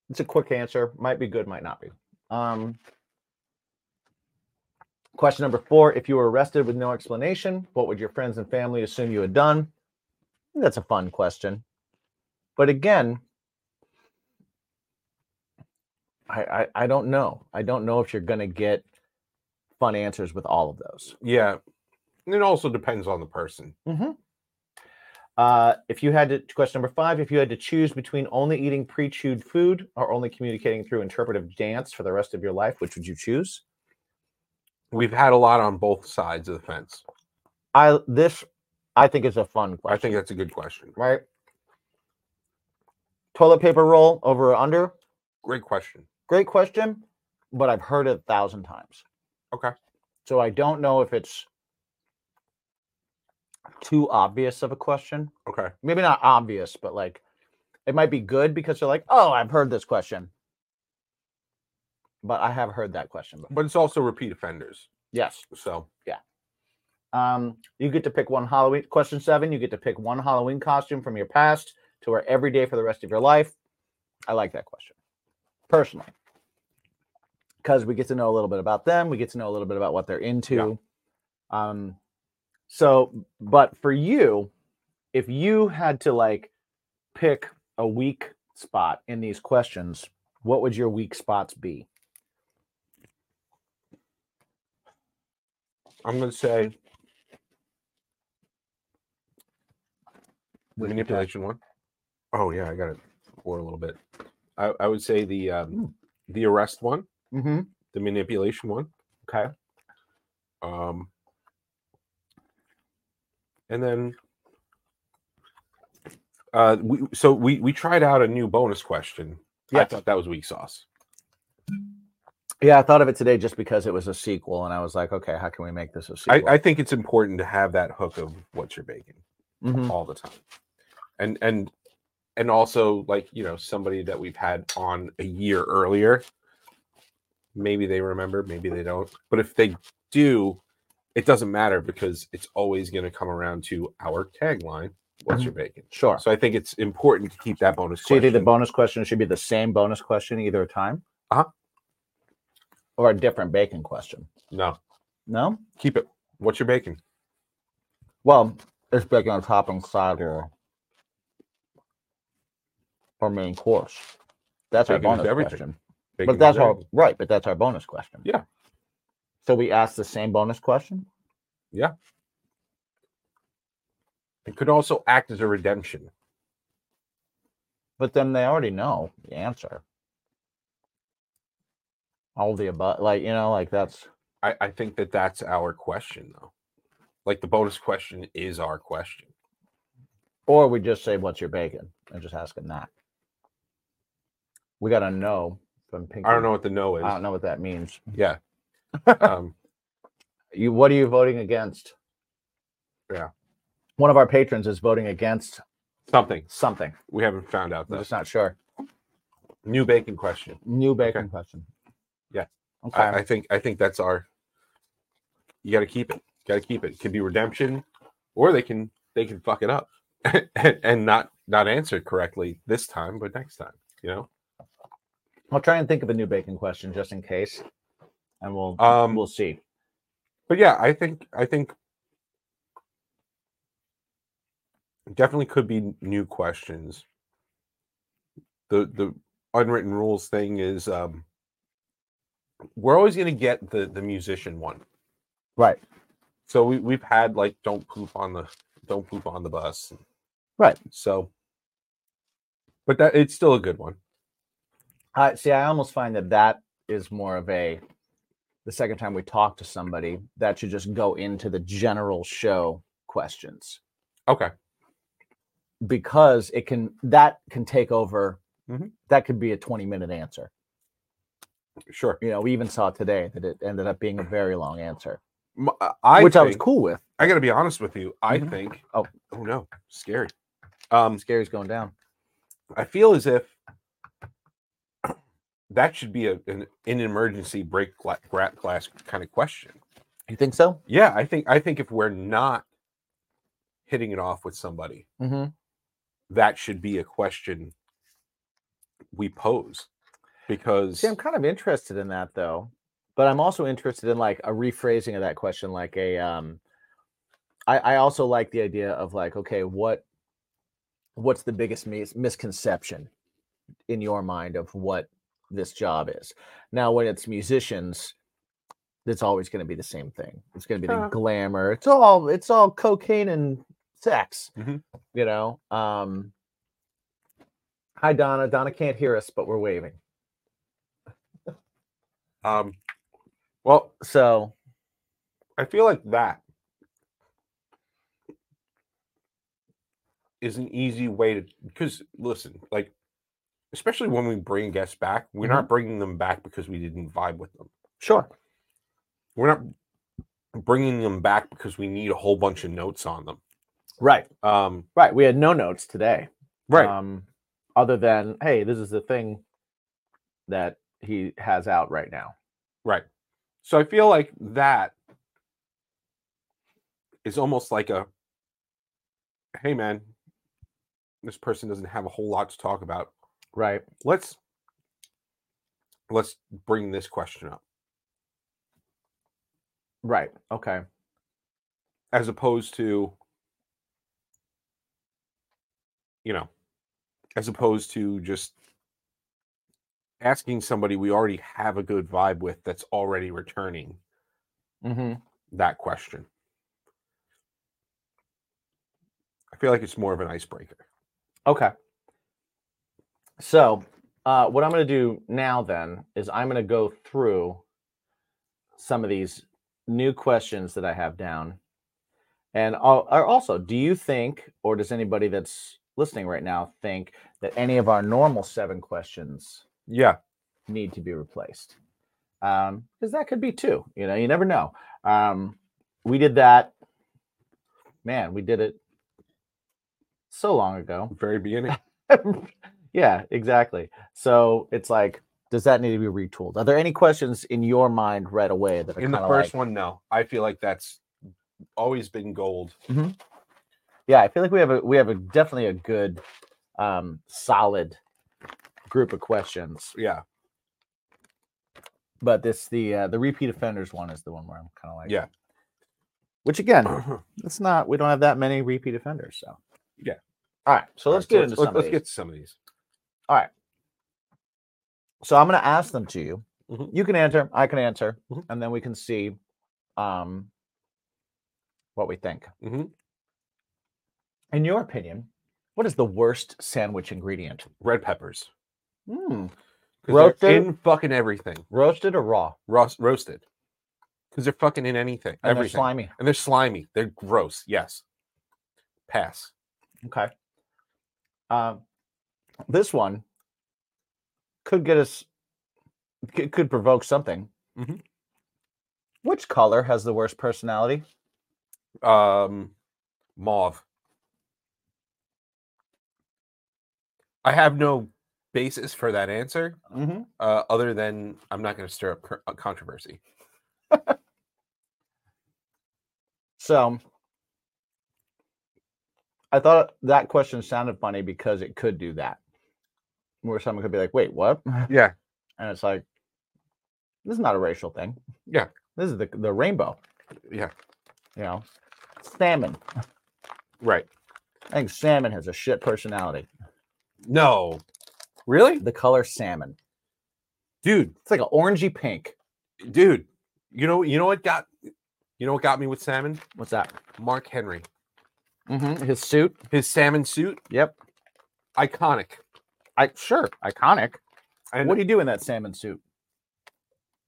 Speaker 1: it's a quick answer. Might be good, might not be. Um, question number four If you were arrested with no explanation, what would your friends and family assume you had done? That's a fun question. But again, I, I, I don't know. I don't know if you're going to get fun answers with all of those.
Speaker 2: Yeah. And it also depends on the person.
Speaker 1: Uh, if you had to, question number five, if you had to choose between only eating pre chewed food or only communicating through interpretive dance for the rest of your life, which would you choose?
Speaker 2: We've had a lot on both sides of the fence.
Speaker 1: I, this, I think is a fun question.
Speaker 2: I think that's a good question.
Speaker 1: right? Toilet paper roll over or under?
Speaker 2: Great question.
Speaker 1: Great question, but I've heard it a thousand times.
Speaker 2: Okay.
Speaker 1: So I don't know if it's too obvious of a question.
Speaker 2: Okay.
Speaker 1: maybe not obvious, but like it might be good because they're like, oh, I've heard this question. But I have heard that question. Before.
Speaker 2: But it's also repeat offenders.
Speaker 1: Yes.
Speaker 2: So
Speaker 1: Um, you get to pick one Halloween question seven. You get to pick one Halloween costume from your past to wear every day for the rest of your life. I like that question personally because we get to know a little bit about them. We get to know a little bit about what they're into. Um, so, but for you, if you had to like pick a weak spot in these questions, what would your weak spots be?
Speaker 2: I'm going to say manipulation one. Oh yeah, I got it for a little bit. I, I would say the um, the arrest one,
Speaker 1: Mm-hmm.
Speaker 2: the manipulation one.
Speaker 1: Okay.
Speaker 2: Um, and then uh, we so we we tried out a new bonus question. I
Speaker 1: Yes.
Speaker 2: thought that was weak sauce.
Speaker 1: Yeah, I thought of it today just because it was a sequel, and I was like, okay, how can we make this a
Speaker 2: I,
Speaker 1: sequel?
Speaker 2: I think it's important to have that hook of what you're baking
Speaker 1: Mhm.
Speaker 2: all the time, and and and also like you know somebody that we've had on a year earlier. Maybe they remember, maybe they don't. But if they do, it doesn't matter because it's always going to come around to our tagline:
Speaker 1: Mm-hmm.
Speaker 2: "What's your bacon?"
Speaker 1: Sure.
Speaker 2: So I think it's important to keep that bonus.
Speaker 1: So you think the
Speaker 2: question.
Speaker 1: bonus question should be the same bonus question either time?
Speaker 2: Uh-huh.
Speaker 1: Or a different bacon question?
Speaker 2: no,
Speaker 1: No?
Speaker 2: keep it. What's your bacon?
Speaker 1: Well, it's bacon on top and side or, or main course. That's our
Speaker 2: Bacon is
Speaker 1: bonus
Speaker 2: everything.
Speaker 1: question.
Speaker 2: Bacon
Speaker 1: But
Speaker 2: is
Speaker 1: that's our
Speaker 2: everything.
Speaker 1: right, but that's our bonus question.
Speaker 2: Yeah.
Speaker 1: So we ask the same bonus question?
Speaker 2: It could also act as a redemption.
Speaker 1: But then they already know the answer. All the above, like you know, like that's
Speaker 2: I, I think that that's our question though. like the bonus question is our question.
Speaker 1: Or we just say, "What's your bacon?" and just ask them that. We got to know from Pinky.
Speaker 2: I don't know what the no is.
Speaker 1: I don't know what that means.
Speaker 2: Yeah. um,
Speaker 1: You, what are you voting against?
Speaker 2: Yeah.
Speaker 1: One of our patrons is voting against
Speaker 2: something
Speaker 1: something.
Speaker 2: we haven't found out
Speaker 1: I'm
Speaker 2: though.
Speaker 1: just not sure.
Speaker 2: New bacon question.
Speaker 1: New bacon question.
Speaker 2: Yeah.
Speaker 1: Okay.
Speaker 2: I, I think I think that's our. You got to keep it. Got to keep it. Could be redemption, or they can they can fuck it up and, and not not answer it correctly this time, but next time, you know.
Speaker 1: I'll try and think of a new bacon question just in case, and we'll
Speaker 2: Um,
Speaker 1: we'll see.
Speaker 2: But yeah, I think I think definitely could be new questions. The the unwritten rules thing is um we're always going to get the the musician one.
Speaker 1: Right.
Speaker 2: so we, we've had like don't poop on the don't poop on the bus
Speaker 1: Right.
Speaker 2: so but that it's still a good one
Speaker 1: I see. I almost find that that is more of a the second time we talk to somebody that should just go into the general show questions
Speaker 2: okay
Speaker 1: because it can that can take over.
Speaker 2: Mhm.
Speaker 1: That could be a twenty minute answer.
Speaker 2: sure
Speaker 1: You know, we even saw today that it ended up being a very long answer,
Speaker 2: M- uh, i
Speaker 1: which
Speaker 2: think,
Speaker 1: I was cool with.
Speaker 2: i gotta be honest with you i
Speaker 1: Mhm.
Speaker 2: think
Speaker 1: Oh.
Speaker 2: oh no scary um
Speaker 1: Scary's going down.
Speaker 2: i feel as if that should be a, an, an emergency break gla- grab class kind of question
Speaker 1: You think so?
Speaker 2: yeah i think i think if we're not hitting it off with somebody
Speaker 1: Mm-hmm.
Speaker 2: that should be a question we pose because
Speaker 1: See, I'm kind of interested in that though, but I'm also interested in like a rephrasing of that question, like a um I, I also like the idea of like, okay, what what's the biggest mis- misconception in your mind of what this job is? Now, when it's musicians, it's always going to be the same thing. It's going to be the
Speaker 2: Huh.
Speaker 1: glamour. It's all it's all cocaine and sex,
Speaker 2: Mhm.
Speaker 1: you know. Um, hi, Donna. Donna can't hear us, but we're waving.
Speaker 2: um well
Speaker 1: So
Speaker 2: i feel like that is an easy way to because listen like especially when we bring guests back we're not bringing them back because we didn't vibe with them
Speaker 1: sure.
Speaker 2: we're not bringing them back because we need a whole bunch of notes on them
Speaker 1: Right,
Speaker 2: um
Speaker 1: right. We had no notes today,
Speaker 2: right
Speaker 1: Um, other than hey, this is the thing that he has out right now.
Speaker 2: Right. So I feel like that is almost like a hey man, this person doesn't have a whole lot to talk about.
Speaker 1: Right.
Speaker 2: Let's let's bring this question up
Speaker 1: Right. Okay.
Speaker 2: as opposed to you know, as opposed to just asking somebody we already have a good vibe with that's already returning
Speaker 1: Mm-hmm.
Speaker 2: that question. I feel like it's more of an icebreaker.
Speaker 1: Okay. So, uh, what I'm going to do now then is I'm going to go through some of these new questions that I have down. And al- are also, do you think, or does anybody that's listening right now think that any of our normal seven questions
Speaker 2: Yeah.
Speaker 1: need to be replaced because that could be two you know you never know um, we did that man we did it so long ago
Speaker 2: Very beginning.
Speaker 1: yeah exactly so it's like does that need to be retooled are there any questions in your mind right away that are
Speaker 2: In the
Speaker 1: kinda
Speaker 2: first
Speaker 1: like-
Speaker 2: one, no. I feel like that's always been gold.
Speaker 1: yeah i feel like we have a we have a definitely a good um solid group of questions
Speaker 2: Yeah.
Speaker 1: but this the uh, the repeat offenders one is the one where i'm kind of like
Speaker 2: Yeah.
Speaker 1: which again it's not we don't have that many repeat offenders so
Speaker 2: Yeah.
Speaker 1: all right so let's get into
Speaker 2: let's,
Speaker 1: some
Speaker 2: let's
Speaker 1: of these.
Speaker 2: get to some of these.
Speaker 1: so i'm going to ask them to you
Speaker 2: Mhm.
Speaker 1: you can answer i can answer
Speaker 2: Mhm.
Speaker 1: and then we can see um what we think
Speaker 2: Mhm.
Speaker 1: in your opinion what is the worst sandwich ingredient
Speaker 2: Red peppers.
Speaker 1: mm,
Speaker 2: 'Cause they're
Speaker 1: Roasted?
Speaker 2: in fucking everything.
Speaker 1: roasted or raw
Speaker 2: Roast, roasted. because they're fucking in anything,
Speaker 1: And they're
Speaker 2: everything,
Speaker 1: slimy.
Speaker 2: and they're slimy. They're gross. Yes, pass.
Speaker 1: Okay. Um, this one could get us, could, could provoke something.
Speaker 2: Mhm.
Speaker 1: Which color has the worst personality?
Speaker 2: Um, mauve. I have no basis for that answer,
Speaker 1: Mm-hmm.
Speaker 2: uh, other than I'm not going to stir up cur- uh, controversy.
Speaker 1: So I thought that question sounded funny because it could do that. Where someone could be like, wait, what?
Speaker 2: Yeah.
Speaker 1: And it's like, this is not a racial thing.
Speaker 2: Yeah.
Speaker 1: This is the, the rainbow,
Speaker 2: Yeah.
Speaker 1: you know? Salmon.
Speaker 2: Right.
Speaker 1: I think salmon has a shit personality.
Speaker 2: No. Really,
Speaker 1: The color salmon.
Speaker 2: dude,
Speaker 1: It's like an orangey pink.
Speaker 2: dude. You know, you know what got, you know what got me with salmon?
Speaker 1: What's that?
Speaker 2: Mark Henry,
Speaker 1: Mm-hmm. His suit.
Speaker 2: his salmon suit,
Speaker 1: Yep.
Speaker 2: iconic.
Speaker 1: I sure iconic.
Speaker 2: And
Speaker 1: what do you do in that salmon suit?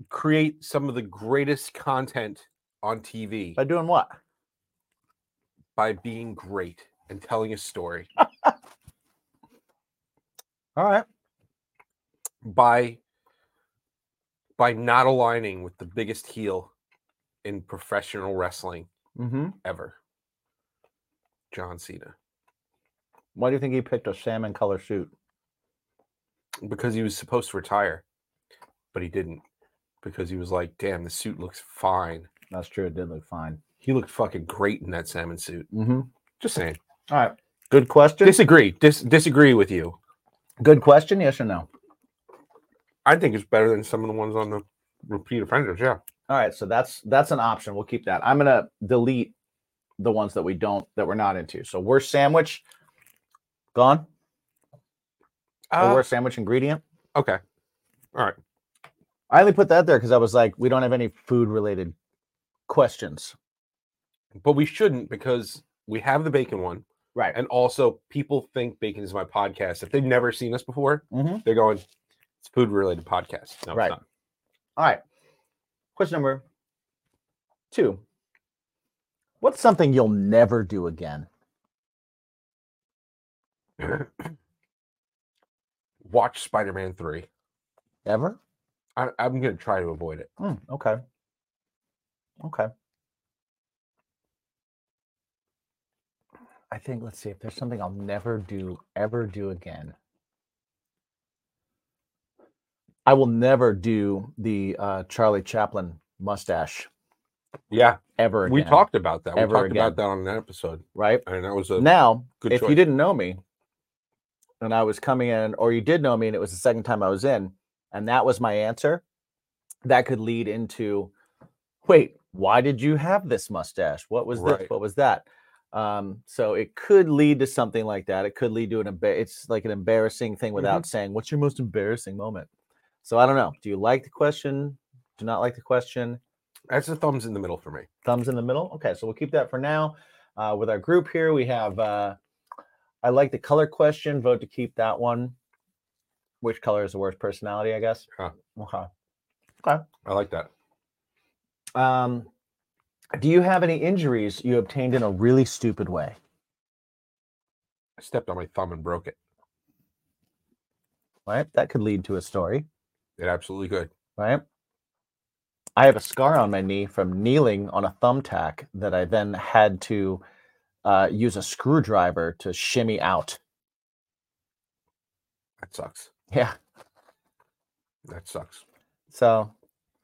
Speaker 2: create some of the greatest content on TV
Speaker 1: By doing what?
Speaker 2: by being great and telling a story
Speaker 1: All right.
Speaker 2: by by not aligning with the biggest heel in professional wrestling
Speaker 1: Mm-hmm.
Speaker 2: ever. John Cena.
Speaker 1: Why do you think he picked a salmon color suit?
Speaker 2: Because he was supposed to retire, but he didn't. Because he was like, damn, the suit looks fine.
Speaker 1: That's true. It did look fine.
Speaker 2: He looked fucking great in that salmon suit.
Speaker 1: Mm-hmm.
Speaker 2: Just saying.
Speaker 1: All right. Good question.
Speaker 2: Disagree. Dis- disagree with you.
Speaker 1: Good question. Yes or no?
Speaker 2: I think it's better than some of the ones on the repeat offenders. Yeah.
Speaker 1: All right. So that's that's an option. We'll keep that. I'm gonna delete the ones that we don't that we're not into. So worst sandwich gone.
Speaker 2: Uh,
Speaker 1: the worst sandwich ingredient.
Speaker 2: Okay.
Speaker 1: I only put that there because I was like, we don't have any food related questions.
Speaker 2: But we shouldn't because we have the bacon one.
Speaker 1: Right.
Speaker 2: And also, people think bacon is my podcast. If they've never seen us before,
Speaker 1: Mhm.
Speaker 2: they're going, it's food related podcast. No,
Speaker 1: Right.
Speaker 2: it's not.
Speaker 1: All right. Question number two. What's something you'll never do again?
Speaker 2: Watch Spider Man 3.
Speaker 1: Ever?
Speaker 2: I, I'm going to try to avoid it.
Speaker 1: Hmm, okay. Okay. I think let's see if there's something I'll never do, ever do again. I will never do the uh, Charlie Chaplin mustache
Speaker 2: Yeah.
Speaker 1: ever again.
Speaker 2: We talked about that.
Speaker 1: Ever
Speaker 2: we talked
Speaker 1: again.
Speaker 2: about that on an episode.
Speaker 1: right.
Speaker 2: And that was a.
Speaker 1: now,
Speaker 2: good
Speaker 1: if
Speaker 2: choice.
Speaker 1: you didn't know me and I was coming in, or you did know me and it was the second time I was in, and that was my answer, that could lead into wait, why did you have this mustache? What was this?
Speaker 2: Right.
Speaker 1: What was that? Um, so it could lead to something like that. It could lead to an embar- it's like an embarrassing
Speaker 2: Mm-hmm.
Speaker 1: thing without saying what's your most embarrassing moment. So I don't know. Do you like the question? Do not like the question?
Speaker 2: that's a thumbs in the middle for me.
Speaker 1: thumbs in the middle. Okay, so we'll keep that for now. Uh, with our group here, we have uh, I like the color question. Vote to keep that one. Which color is the worst personality? I guess.
Speaker 2: Huh.
Speaker 1: Okay.
Speaker 2: I like that.
Speaker 1: Um, do you have any injuries you obtained in a really stupid way?
Speaker 2: I stepped on my thumb and broke it.
Speaker 1: Right, that could lead to a story.
Speaker 2: It absolutely could.
Speaker 1: Right. I have a scar on my knee from kneeling on a thumbtack that I then had to uh, use a screwdriver to shimmy out.
Speaker 2: That sucks.
Speaker 1: Yeah.
Speaker 2: That sucks.
Speaker 1: So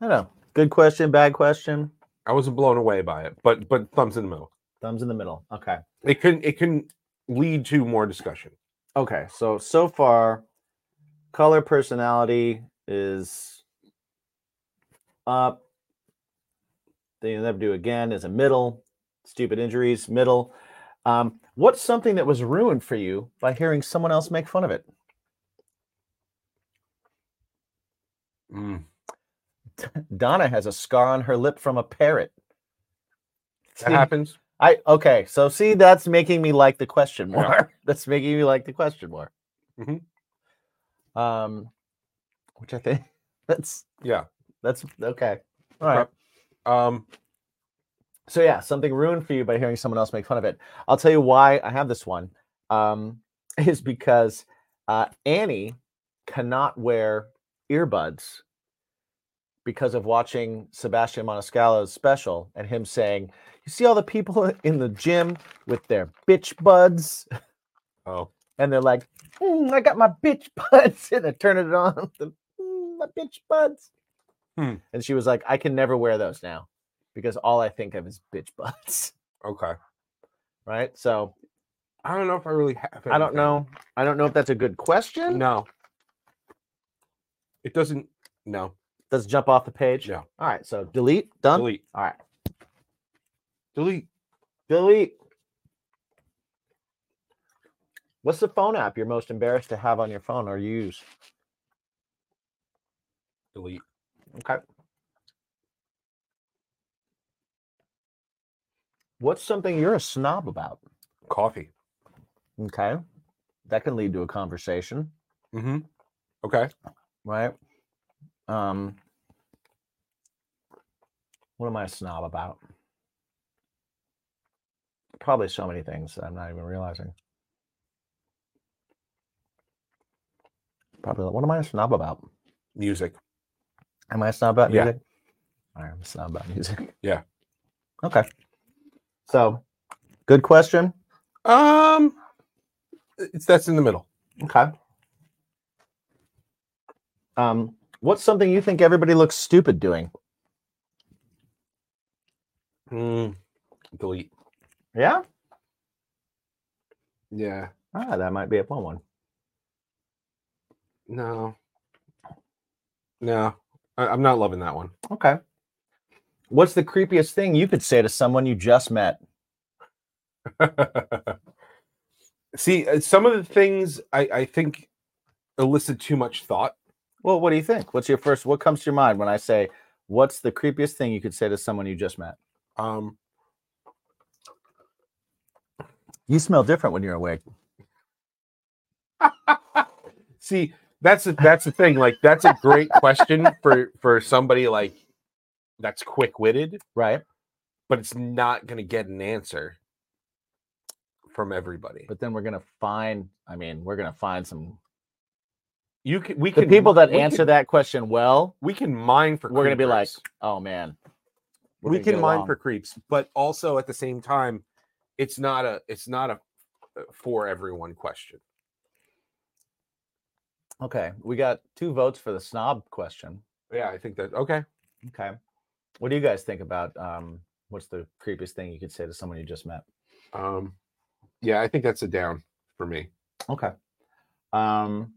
Speaker 1: I don't know. Good question, bad question.
Speaker 2: I wasn't blown away by it, but but thumbs in the middle.
Speaker 1: Thumbs in the middle. Okay.
Speaker 2: It can it can lead to more discussion.
Speaker 1: Okay. So so far, color personality is up. Thing you never do again is a middle. Stupid injuries, middle. Um, what's something that was ruined for you by hearing someone else make fun of it?
Speaker 2: Mm.
Speaker 1: Donna has a scar on her lip from a parrot.
Speaker 2: That happens.
Speaker 1: I okay, so see, that's making me like the question more. That's making me like the question more.
Speaker 2: Mhm.
Speaker 1: Um, which I think that's
Speaker 2: Yeah.
Speaker 1: that's okay. All right,
Speaker 2: Prob- Um,
Speaker 1: So yeah, something ruined for you by hearing someone else make fun of it. I'll tell you why I have this one. Um, is because uh, Annie cannot wear earbuds because of watching Sebastian Maniscalco's special and him saying, "You see all the people in the gym with their bitch buds,"
Speaker 2: oh,
Speaker 1: and they're like, "Mm, "I got my bitch buds," and they're turning it on. The, "Mm, my bitch buds.
Speaker 2: Hmm.
Speaker 1: And she was like, "I can never wear those now because all I think of is bitch buds."
Speaker 2: okay.
Speaker 1: right? So
Speaker 2: I don't know if I really have.
Speaker 1: I don't
Speaker 2: anything.
Speaker 1: know. I don't know if that's a good question.
Speaker 2: No, it doesn't. No,
Speaker 1: Does it jump off the page?
Speaker 2: No.
Speaker 1: All right. So delete. Done.
Speaker 2: delete,
Speaker 1: All right.
Speaker 2: delete.
Speaker 1: Delete. What's the phone app you're most embarrassed to have on your phone or use?
Speaker 2: delete.
Speaker 1: Okay. What's something you're a snob about?
Speaker 2: Coffee.
Speaker 1: Okay. That can lead to a conversation,
Speaker 2: Mm-hmm. Okay.
Speaker 1: right? Um What am I a snob about? Probably so many things that I'm not even realizing. Probably what am I a snob about?
Speaker 2: Music.
Speaker 1: Am I a snob about
Speaker 2: Yeah.
Speaker 1: music? All right, I'm a snob about music.
Speaker 2: Yeah.
Speaker 1: Okay. So, good question.
Speaker 2: Um, it's that's in the middle.
Speaker 1: Okay. Um, what's something you think everybody looks stupid doing?
Speaker 2: Mm. Delete.
Speaker 1: Yeah.
Speaker 2: Yeah.
Speaker 1: Ah, that might be a fun one.
Speaker 2: No. No, I, I'm not loving that one.
Speaker 1: Okay. What's the creepiest thing you could say to someone you just met?
Speaker 2: See, uh, some of the things I, I think elicit too much thought.
Speaker 1: Well, what do you think? What's your first? What comes to your mind when I say, "What's the creepiest thing you could say to someone you just met?"
Speaker 2: Um,
Speaker 1: You smell different when you're awake.
Speaker 2: see, that's the that's the thing. Like, that's a great question for for somebody like that's quick witted,
Speaker 1: Right.
Speaker 2: but it's not going to get an answer from everybody. But
Speaker 1: But then we're gonna find. I mean, we're gonna find some
Speaker 2: you can we
Speaker 1: the
Speaker 2: can
Speaker 1: people
Speaker 2: mi-
Speaker 1: that
Speaker 2: we
Speaker 1: answer
Speaker 2: can-
Speaker 1: that question well.
Speaker 2: we can mine for
Speaker 1: We're gonna be like,
Speaker 2: creepers.
Speaker 1: oh man, we're
Speaker 2: we
Speaker 1: gonna get
Speaker 2: can mine
Speaker 1: along."
Speaker 2: for creeps, but also at the same time, it's not a it's not a uh, for everyone question.
Speaker 1: Okay, we got two votes for the snob question.
Speaker 2: Yeah, I think that okay.
Speaker 1: Okay, what do you guys think about um, what's the creepiest thing you could say to someone you just met?
Speaker 2: Um, yeah, I think that's a down for me.
Speaker 1: Okay, um,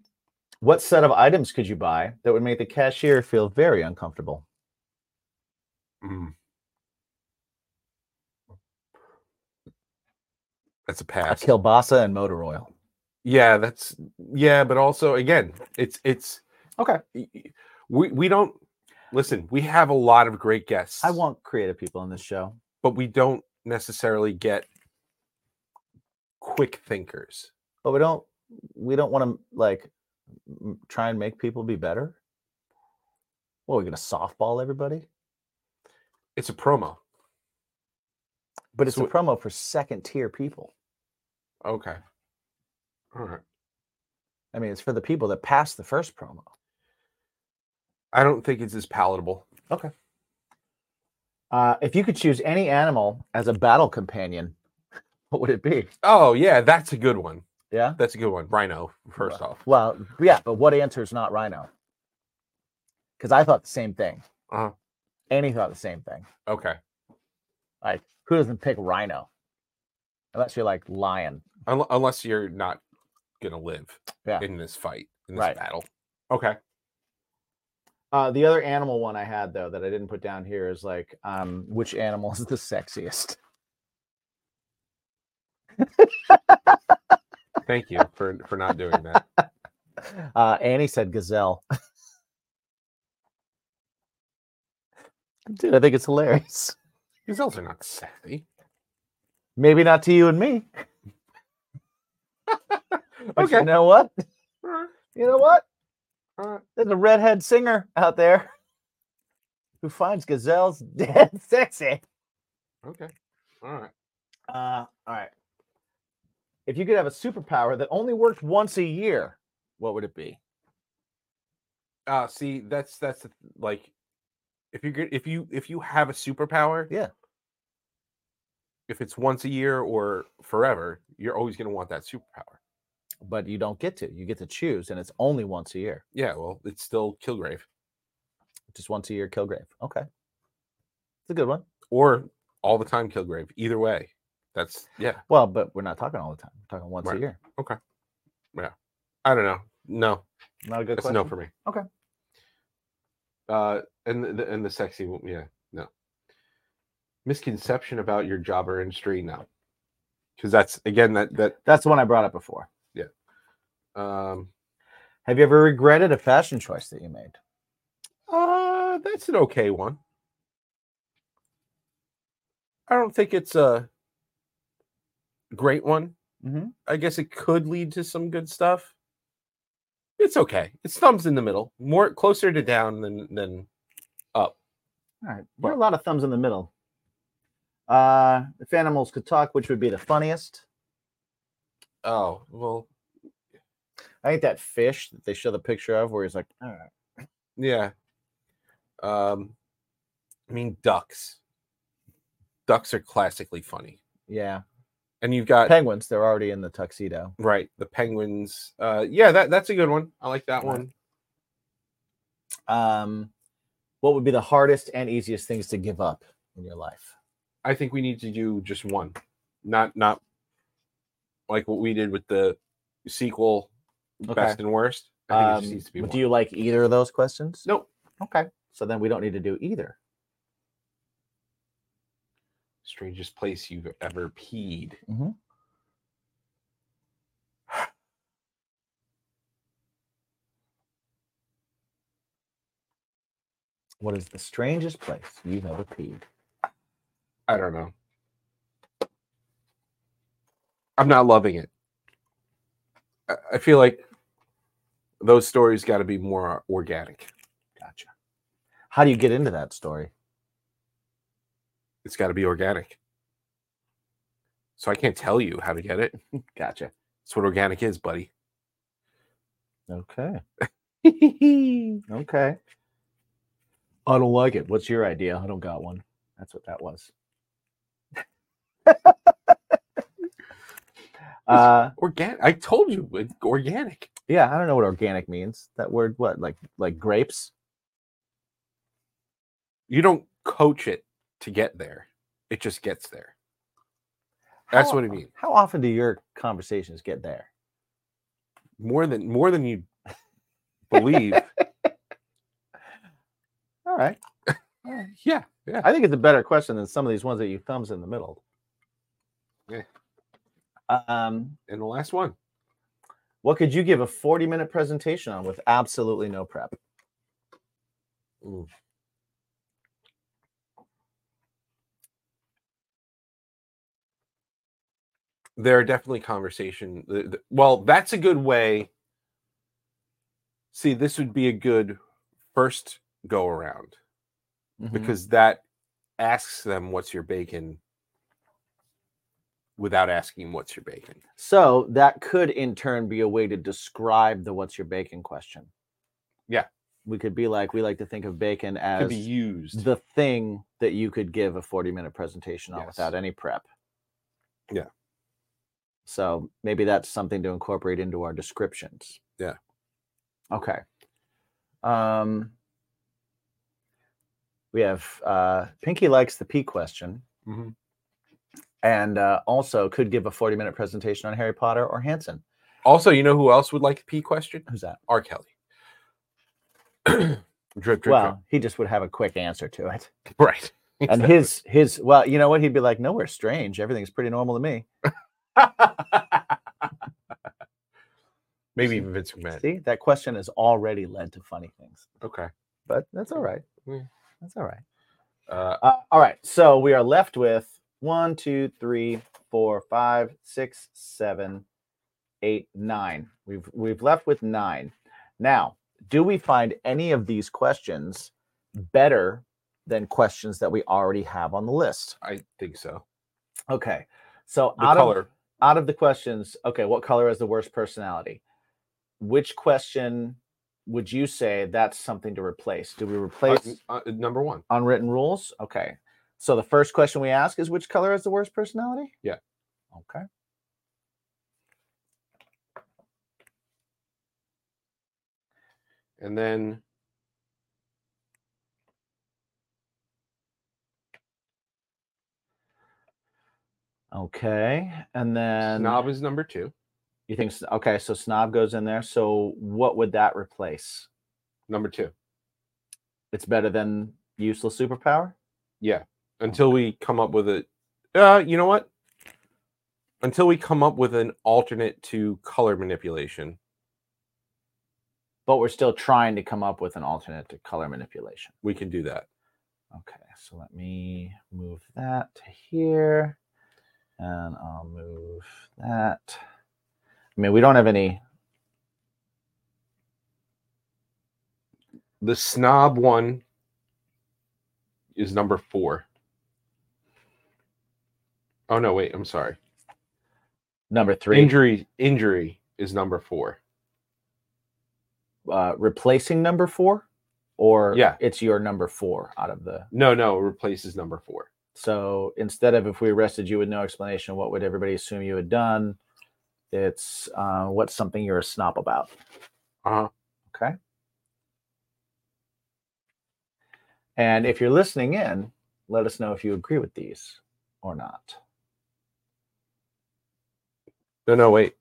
Speaker 1: what set of items could you buy that would make the cashier feel very uncomfortable?
Speaker 2: Mm. That's a pass.
Speaker 1: Kielbasa and motor oil.
Speaker 2: Yeah, that's yeah, but also again, it's it's
Speaker 1: Okay.
Speaker 2: y- y- We we don't listen. We have a lot of great guests.
Speaker 1: I want creative people in this show.
Speaker 2: but we don't necessarily get quick thinkers.
Speaker 1: but we don't we don't want to like m- try and make people be better well we're gonna softball everybody
Speaker 2: It's a promo.
Speaker 1: but it's
Speaker 2: So
Speaker 1: a
Speaker 2: it-
Speaker 1: promo for second tier people
Speaker 2: Okay. All right.
Speaker 1: i mean it's for the people that passed the first promo
Speaker 2: I don't think it's as palatable.
Speaker 1: uh, if you could choose any animal as a battle companion what would it be
Speaker 2: Oh yeah, that's a good one.
Speaker 1: yeah
Speaker 2: That's a good one. Rhino, first off.
Speaker 1: well yeah but what answer is not rhino because i thought the same thing
Speaker 2: Uh-huh.
Speaker 1: annie thought the same thing
Speaker 2: Okay.
Speaker 1: like who doesn't pick rhino unless you're like lion
Speaker 2: Unle- unless you're not gonna live
Speaker 1: Yeah.
Speaker 2: in this fight, in this
Speaker 1: Right.
Speaker 2: battle. Okay.
Speaker 1: Uh, the other animal one I had though that I didn't put down here is like, um, which animal is the sexiest?
Speaker 2: Thank you for for not doing that.
Speaker 1: Uh, Annie said gazelle. Dude, I think it's hilarious.
Speaker 2: Gazelles are not sexy.
Speaker 1: Maybe not to you and me. But
Speaker 2: Okay.
Speaker 1: You know what?
Speaker 2: All right.
Speaker 1: You know what?
Speaker 2: All right.
Speaker 1: There's a redhead singer out there. who finds gazelles dead sexy.
Speaker 2: Okay. All right.
Speaker 1: Uh, all right. If you could have a superpower that only worked once a year, what would it be?
Speaker 2: Uh see, that's that's the th- like if you if you if you have a superpower,
Speaker 1: Yeah.
Speaker 2: If it's once a year or forever, you're always going to want that superpower.
Speaker 1: But you don't get to. You get to choose, and it's only once a year.
Speaker 2: Yeah, well, it's still Kilgrave
Speaker 1: Just once a year, Kilgrave. Okay. It's a good one.
Speaker 2: or all the time Kilgrave. Either way, that's yeah.
Speaker 1: Well, but we're not talking all the time. We're talking once
Speaker 2: Right.
Speaker 1: a year.
Speaker 2: I don't know. No,
Speaker 1: Not a good
Speaker 2: that's
Speaker 1: question.
Speaker 2: a no for me.
Speaker 1: Okay.
Speaker 2: Uh, and the- the and the sexy, one, yeah, no. Misconception about your job or industry, no, because that's again that that
Speaker 1: That's the one I brought up before.
Speaker 2: um
Speaker 1: Have you ever regretted a fashion choice that you made?
Speaker 2: uh that's an okay one. I don't think it's a great one.
Speaker 1: Mhm.
Speaker 2: I guess it could lead to some good stuff. It's okay. It's thumbs in the middle, more closer to down than than
Speaker 1: All right. There are a lot of thumbs in the middle. Uh, if animals could talk, which would be the funniest?
Speaker 2: oh well
Speaker 1: I think that fish that they show the picture of, where he's like, all right.
Speaker 2: Yeah. Um, I mean ducks. Ducks are classically funny,
Speaker 1: yeah,
Speaker 2: and you've got
Speaker 1: penguins, they're already in the tuxedo.
Speaker 2: right the penguins. Uh, yeah, that that's a good one. I like that one.
Speaker 1: Um, what would be the hardest and easiest things to give up in your life?
Speaker 2: I think we need to do just one, not not like what we did with the sequel,
Speaker 1: Okay.
Speaker 2: best and worst. I think it just
Speaker 1: Um,
Speaker 2: needs to be
Speaker 1: but
Speaker 2: one.
Speaker 1: do you like either of those questions?
Speaker 2: Nope.
Speaker 1: Okay. So then we don't need to do either.
Speaker 2: Strangest place you've ever peed.
Speaker 1: Mhm. What is the strangest place you've ever peed?
Speaker 2: I don't know. I'm not loving it. I, I feel like those stories got to be more organic.
Speaker 1: Gotcha. How do you get into that story?
Speaker 2: It's got to be organic. So I can't tell you how to get it.
Speaker 1: Gotcha.
Speaker 2: That's what organic is, buddy.
Speaker 1: Okay. okay. I don't like it. What's your idea? I don't got one. That's what that was. uh
Speaker 2: Organic. I told you, it- organic.
Speaker 1: yeah, I don't know what organic means. That word what? Like like grapes?
Speaker 2: You don't coach it to get there. It just gets there. That's
Speaker 1: How-
Speaker 2: what I mean.
Speaker 1: How often do your conversations get there?
Speaker 2: More than more than you believe.
Speaker 1: All right.
Speaker 2: yeah, yeah.
Speaker 1: I think it's a better question than some of these ones that you thumbs in the middle.
Speaker 2: Yeah.
Speaker 1: Um,
Speaker 2: And the last one.
Speaker 1: what could you give a 40 minute presentation on with absolutely no prep?
Speaker 2: Ooh. There are definitely conversation. the- the- Well, that's a good way. See, this would be a good first go around
Speaker 1: Because
Speaker 2: because that asks them what's your bacon without asking what's your bacon.
Speaker 1: so that could in turn be a way to describe the what's your bacon question.
Speaker 2: Yeah.
Speaker 1: We could be like, we like to think of bacon
Speaker 2: Could
Speaker 1: as
Speaker 2: be used.
Speaker 1: the thing that you could give a 40 minute presentation on
Speaker 2: Yes.
Speaker 1: without any prep.
Speaker 2: Yeah.
Speaker 1: So maybe that's something to incorporate into our descriptions.
Speaker 2: Yeah.
Speaker 1: Okay. Um we have uh Pinky likes the P question
Speaker 2: Mhm.
Speaker 1: and uh, also could give a 40 minute presentation on Harry Potter or Hanson.
Speaker 2: Also, you know who else would like the P question?
Speaker 1: Who's that?
Speaker 2: R. Kelly. drip, drip, drip.
Speaker 1: well, he just would have a quick answer to it.
Speaker 2: Right.
Speaker 1: and
Speaker 2: Exactly.
Speaker 1: his his well you know what he'd be like nowhere strange everything's pretty normal to me
Speaker 2: Maybe even Vince McMahon.
Speaker 1: see that question has already led to funny things
Speaker 2: Okay.
Speaker 1: but that's all right
Speaker 2: Yeah.
Speaker 1: that's all right
Speaker 2: Uh,
Speaker 1: uh, all right so we are left with one two three four five six seven eight nine we've we've left with nine now do we find any of these questions better than questions that we already have on the list.
Speaker 2: I think so.
Speaker 1: Okay. So
Speaker 2: The
Speaker 1: out of
Speaker 2: color. uh,
Speaker 1: out of the questions, okay, what color is the worst personality? Which question would you say that's something to replace? Do we
Speaker 2: Uh,
Speaker 1: replace
Speaker 2: uh, number one.
Speaker 1: unwritten rules? Okay. So the first question we ask is which color is the worst personality?
Speaker 2: Yeah.
Speaker 1: Okay.
Speaker 2: And then
Speaker 1: Okay. And then
Speaker 2: snob is number two.
Speaker 1: you think s- okay, so snob goes in there. So what would that replace?
Speaker 2: Number two.
Speaker 1: It's better than useless superpower?
Speaker 2: Yeah. Until we come up with a uh, you know what? Until we come up with an alternate to color manipulation.
Speaker 1: But we're still trying to come up with an alternate to color manipulation.
Speaker 2: We can do that.
Speaker 1: Okay, so let me move that to here. And I'll move that. I mean, we don't have any.
Speaker 2: The snob one is number four. Oh no, wait, I'm sorry.
Speaker 1: Number three,
Speaker 2: Injury injury is number four.
Speaker 1: uh, replacing number four, or
Speaker 2: Yeah.
Speaker 1: it's your number four out of the.
Speaker 2: No, no, replaces number four.
Speaker 1: So instead of if we arrested you with no explanation, what would everybody assume you had done? It's uh, what's something you're a snob about.
Speaker 2: Uh-huh.
Speaker 1: Okay. And if you're listening in, let us know if you agree with these or not.
Speaker 2: No, no, wait.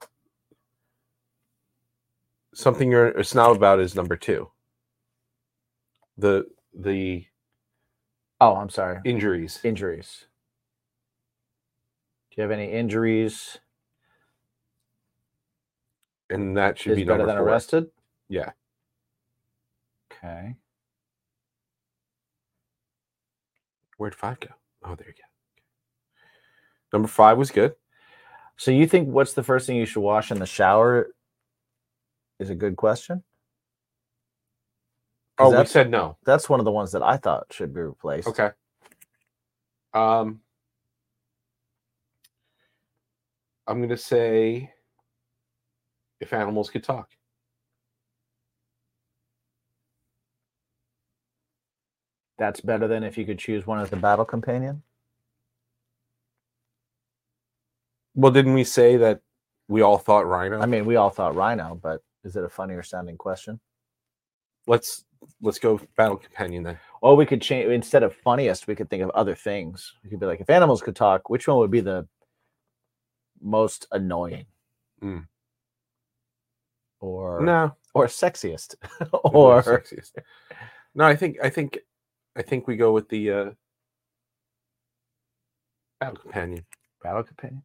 Speaker 2: Something you're a snob about is number two. The the
Speaker 1: Oh, I'm sorry.
Speaker 2: injuries.
Speaker 1: Injuries. Do you have any injuries?
Speaker 2: and that should
Speaker 1: is
Speaker 2: be
Speaker 1: better
Speaker 2: number
Speaker 1: than
Speaker 2: four.
Speaker 1: arrested?
Speaker 2: Yeah.
Speaker 1: Okay.
Speaker 2: Where'd five go? Oh, there you go. Number five was good.
Speaker 1: So you think what's the first thing you should wash in the shower is a good question?
Speaker 2: Oh, we
Speaker 1: that's-
Speaker 2: said no.
Speaker 1: That's one of the ones that I thought should be replaced.
Speaker 2: Okay. Um, I'm gonna say if animals could talk.
Speaker 1: That's better than if you could choose one as the battle companion.
Speaker 2: Well, didn't we say that we all thought rhino?
Speaker 1: I mean, we all thought rhino, but is it a funnier sounding question?
Speaker 2: let's let's go battle companion then.
Speaker 1: Or we could change instead of funniest, we could think of other things. We could be like, if animals could talk, which one would be the most annoying?
Speaker 2: Mm.
Speaker 1: Or
Speaker 2: No,
Speaker 1: or sexiest.
Speaker 2: or
Speaker 1: or
Speaker 2: sexiest. No, I think I think I think we go with the uh battle companion.
Speaker 1: battle companion.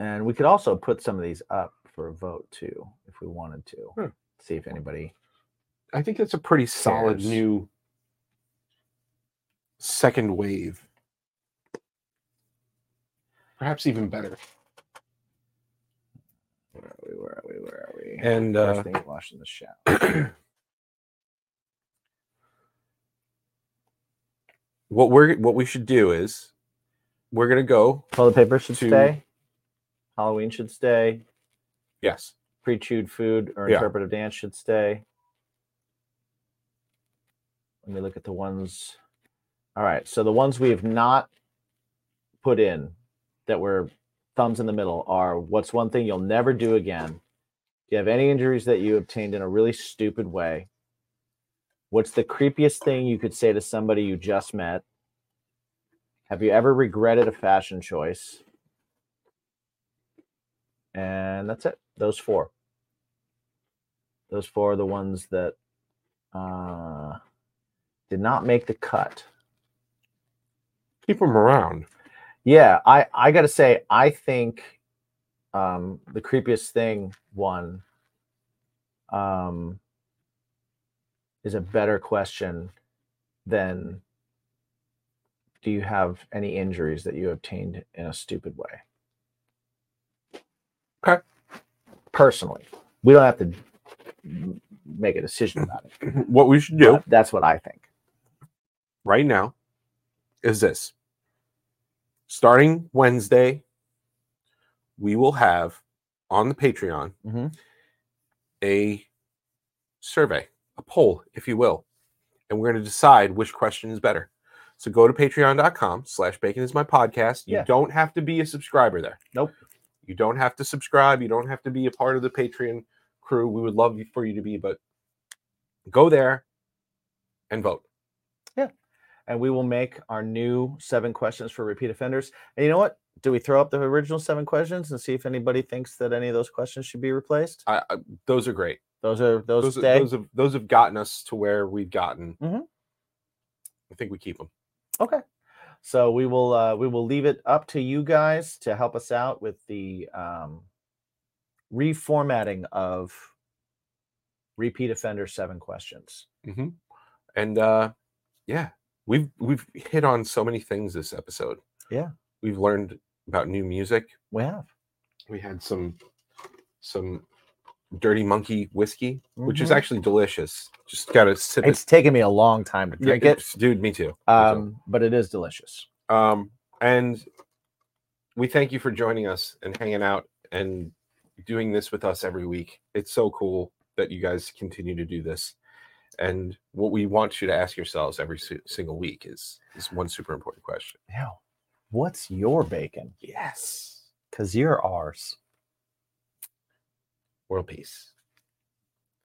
Speaker 1: And we could also put some of these up for a vote too, if we wanted to.
Speaker 2: Hmm.
Speaker 1: See if anybody
Speaker 2: I think that's a pretty solid
Speaker 1: Cares.
Speaker 2: new second wave. Perhaps even better.
Speaker 1: where are we? Where are we? Where are we?
Speaker 2: And
Speaker 1: First
Speaker 2: uh,
Speaker 1: thing you wash in the shower.
Speaker 2: what we're what we should do is we're gonna go
Speaker 1: Toilet paper should
Speaker 2: to-
Speaker 1: stay. Halloween should stay.
Speaker 2: yes
Speaker 1: Pre-chewed food or
Speaker 2: Yeah.
Speaker 1: interpretive dance should stay. Let me look at the ones. All right, so the ones we have not put in that were thumbs in the middle are what's one thing you'll never do again? Do you have any injuries that you obtained in a really stupid way? What's the creepiest thing you could say to somebody you just met? Have you ever regretted a fashion choice? And that's it. Those four. Those four are the ones that uh, did not make the cut.
Speaker 2: keep them around.
Speaker 1: Yeah, I I gotta say, I think um, the creepiest thing one um, is a better question than do you have any injuries that you obtained in a stupid way?
Speaker 2: Okay.
Speaker 1: Personally, we don't have to make a decision about it.
Speaker 2: What we should do
Speaker 1: But That's what I think.
Speaker 2: right now is this starting Wednesday, we will have on the Patreon
Speaker 1: Mhm.
Speaker 2: a survey, a poll, if you will. And we're going to decide which question is better. So go to patreon.com slash bacon is my podcast. You
Speaker 1: Yeah.
Speaker 2: don't have to be a subscriber there.
Speaker 1: Nope.
Speaker 2: You don't have to subscribe. You don't have to be a part of the Patreon crew. We would love you- for you to be, but go there and vote.
Speaker 1: And we will make our new seven questions for repeat offenders. And you know what? Do we throw up the original seven questions and see if anybody thinks that any of those questions should be replaced?
Speaker 2: I, I, those are great.
Speaker 1: Those are those,
Speaker 2: those,
Speaker 1: stay.
Speaker 2: those have those have gotten us to where we've gotten.
Speaker 1: Mhm.
Speaker 2: I think we keep them.
Speaker 1: Okay. So we will uh, we will leave it up to you guys to help us out with the um, reformatting of repeat offender seven questions.
Speaker 2: And uh, yeah, we've we've hit on so many things this episode.
Speaker 1: Yeah.
Speaker 2: we've learned about new music.
Speaker 1: We have,
Speaker 2: We had some some dirty monkey whiskey, which is
Speaker 1: Mhm.
Speaker 2: actually delicious. Just gotta sip
Speaker 1: it's taken me a long time to
Speaker 2: it. Yeah,
Speaker 1: drink it,
Speaker 2: it's- dude. Me too. Me too.
Speaker 1: um, but it is delicious.
Speaker 2: Um, and we thank you for joining us and hanging out and doing this with us every week. It's so cool that you guys continue to do this. And what we want you to ask yourselves every su- single week is is one super important question.
Speaker 1: Now, what's your bacon?
Speaker 2: Yes.
Speaker 1: Because you're ours.
Speaker 2: World peace.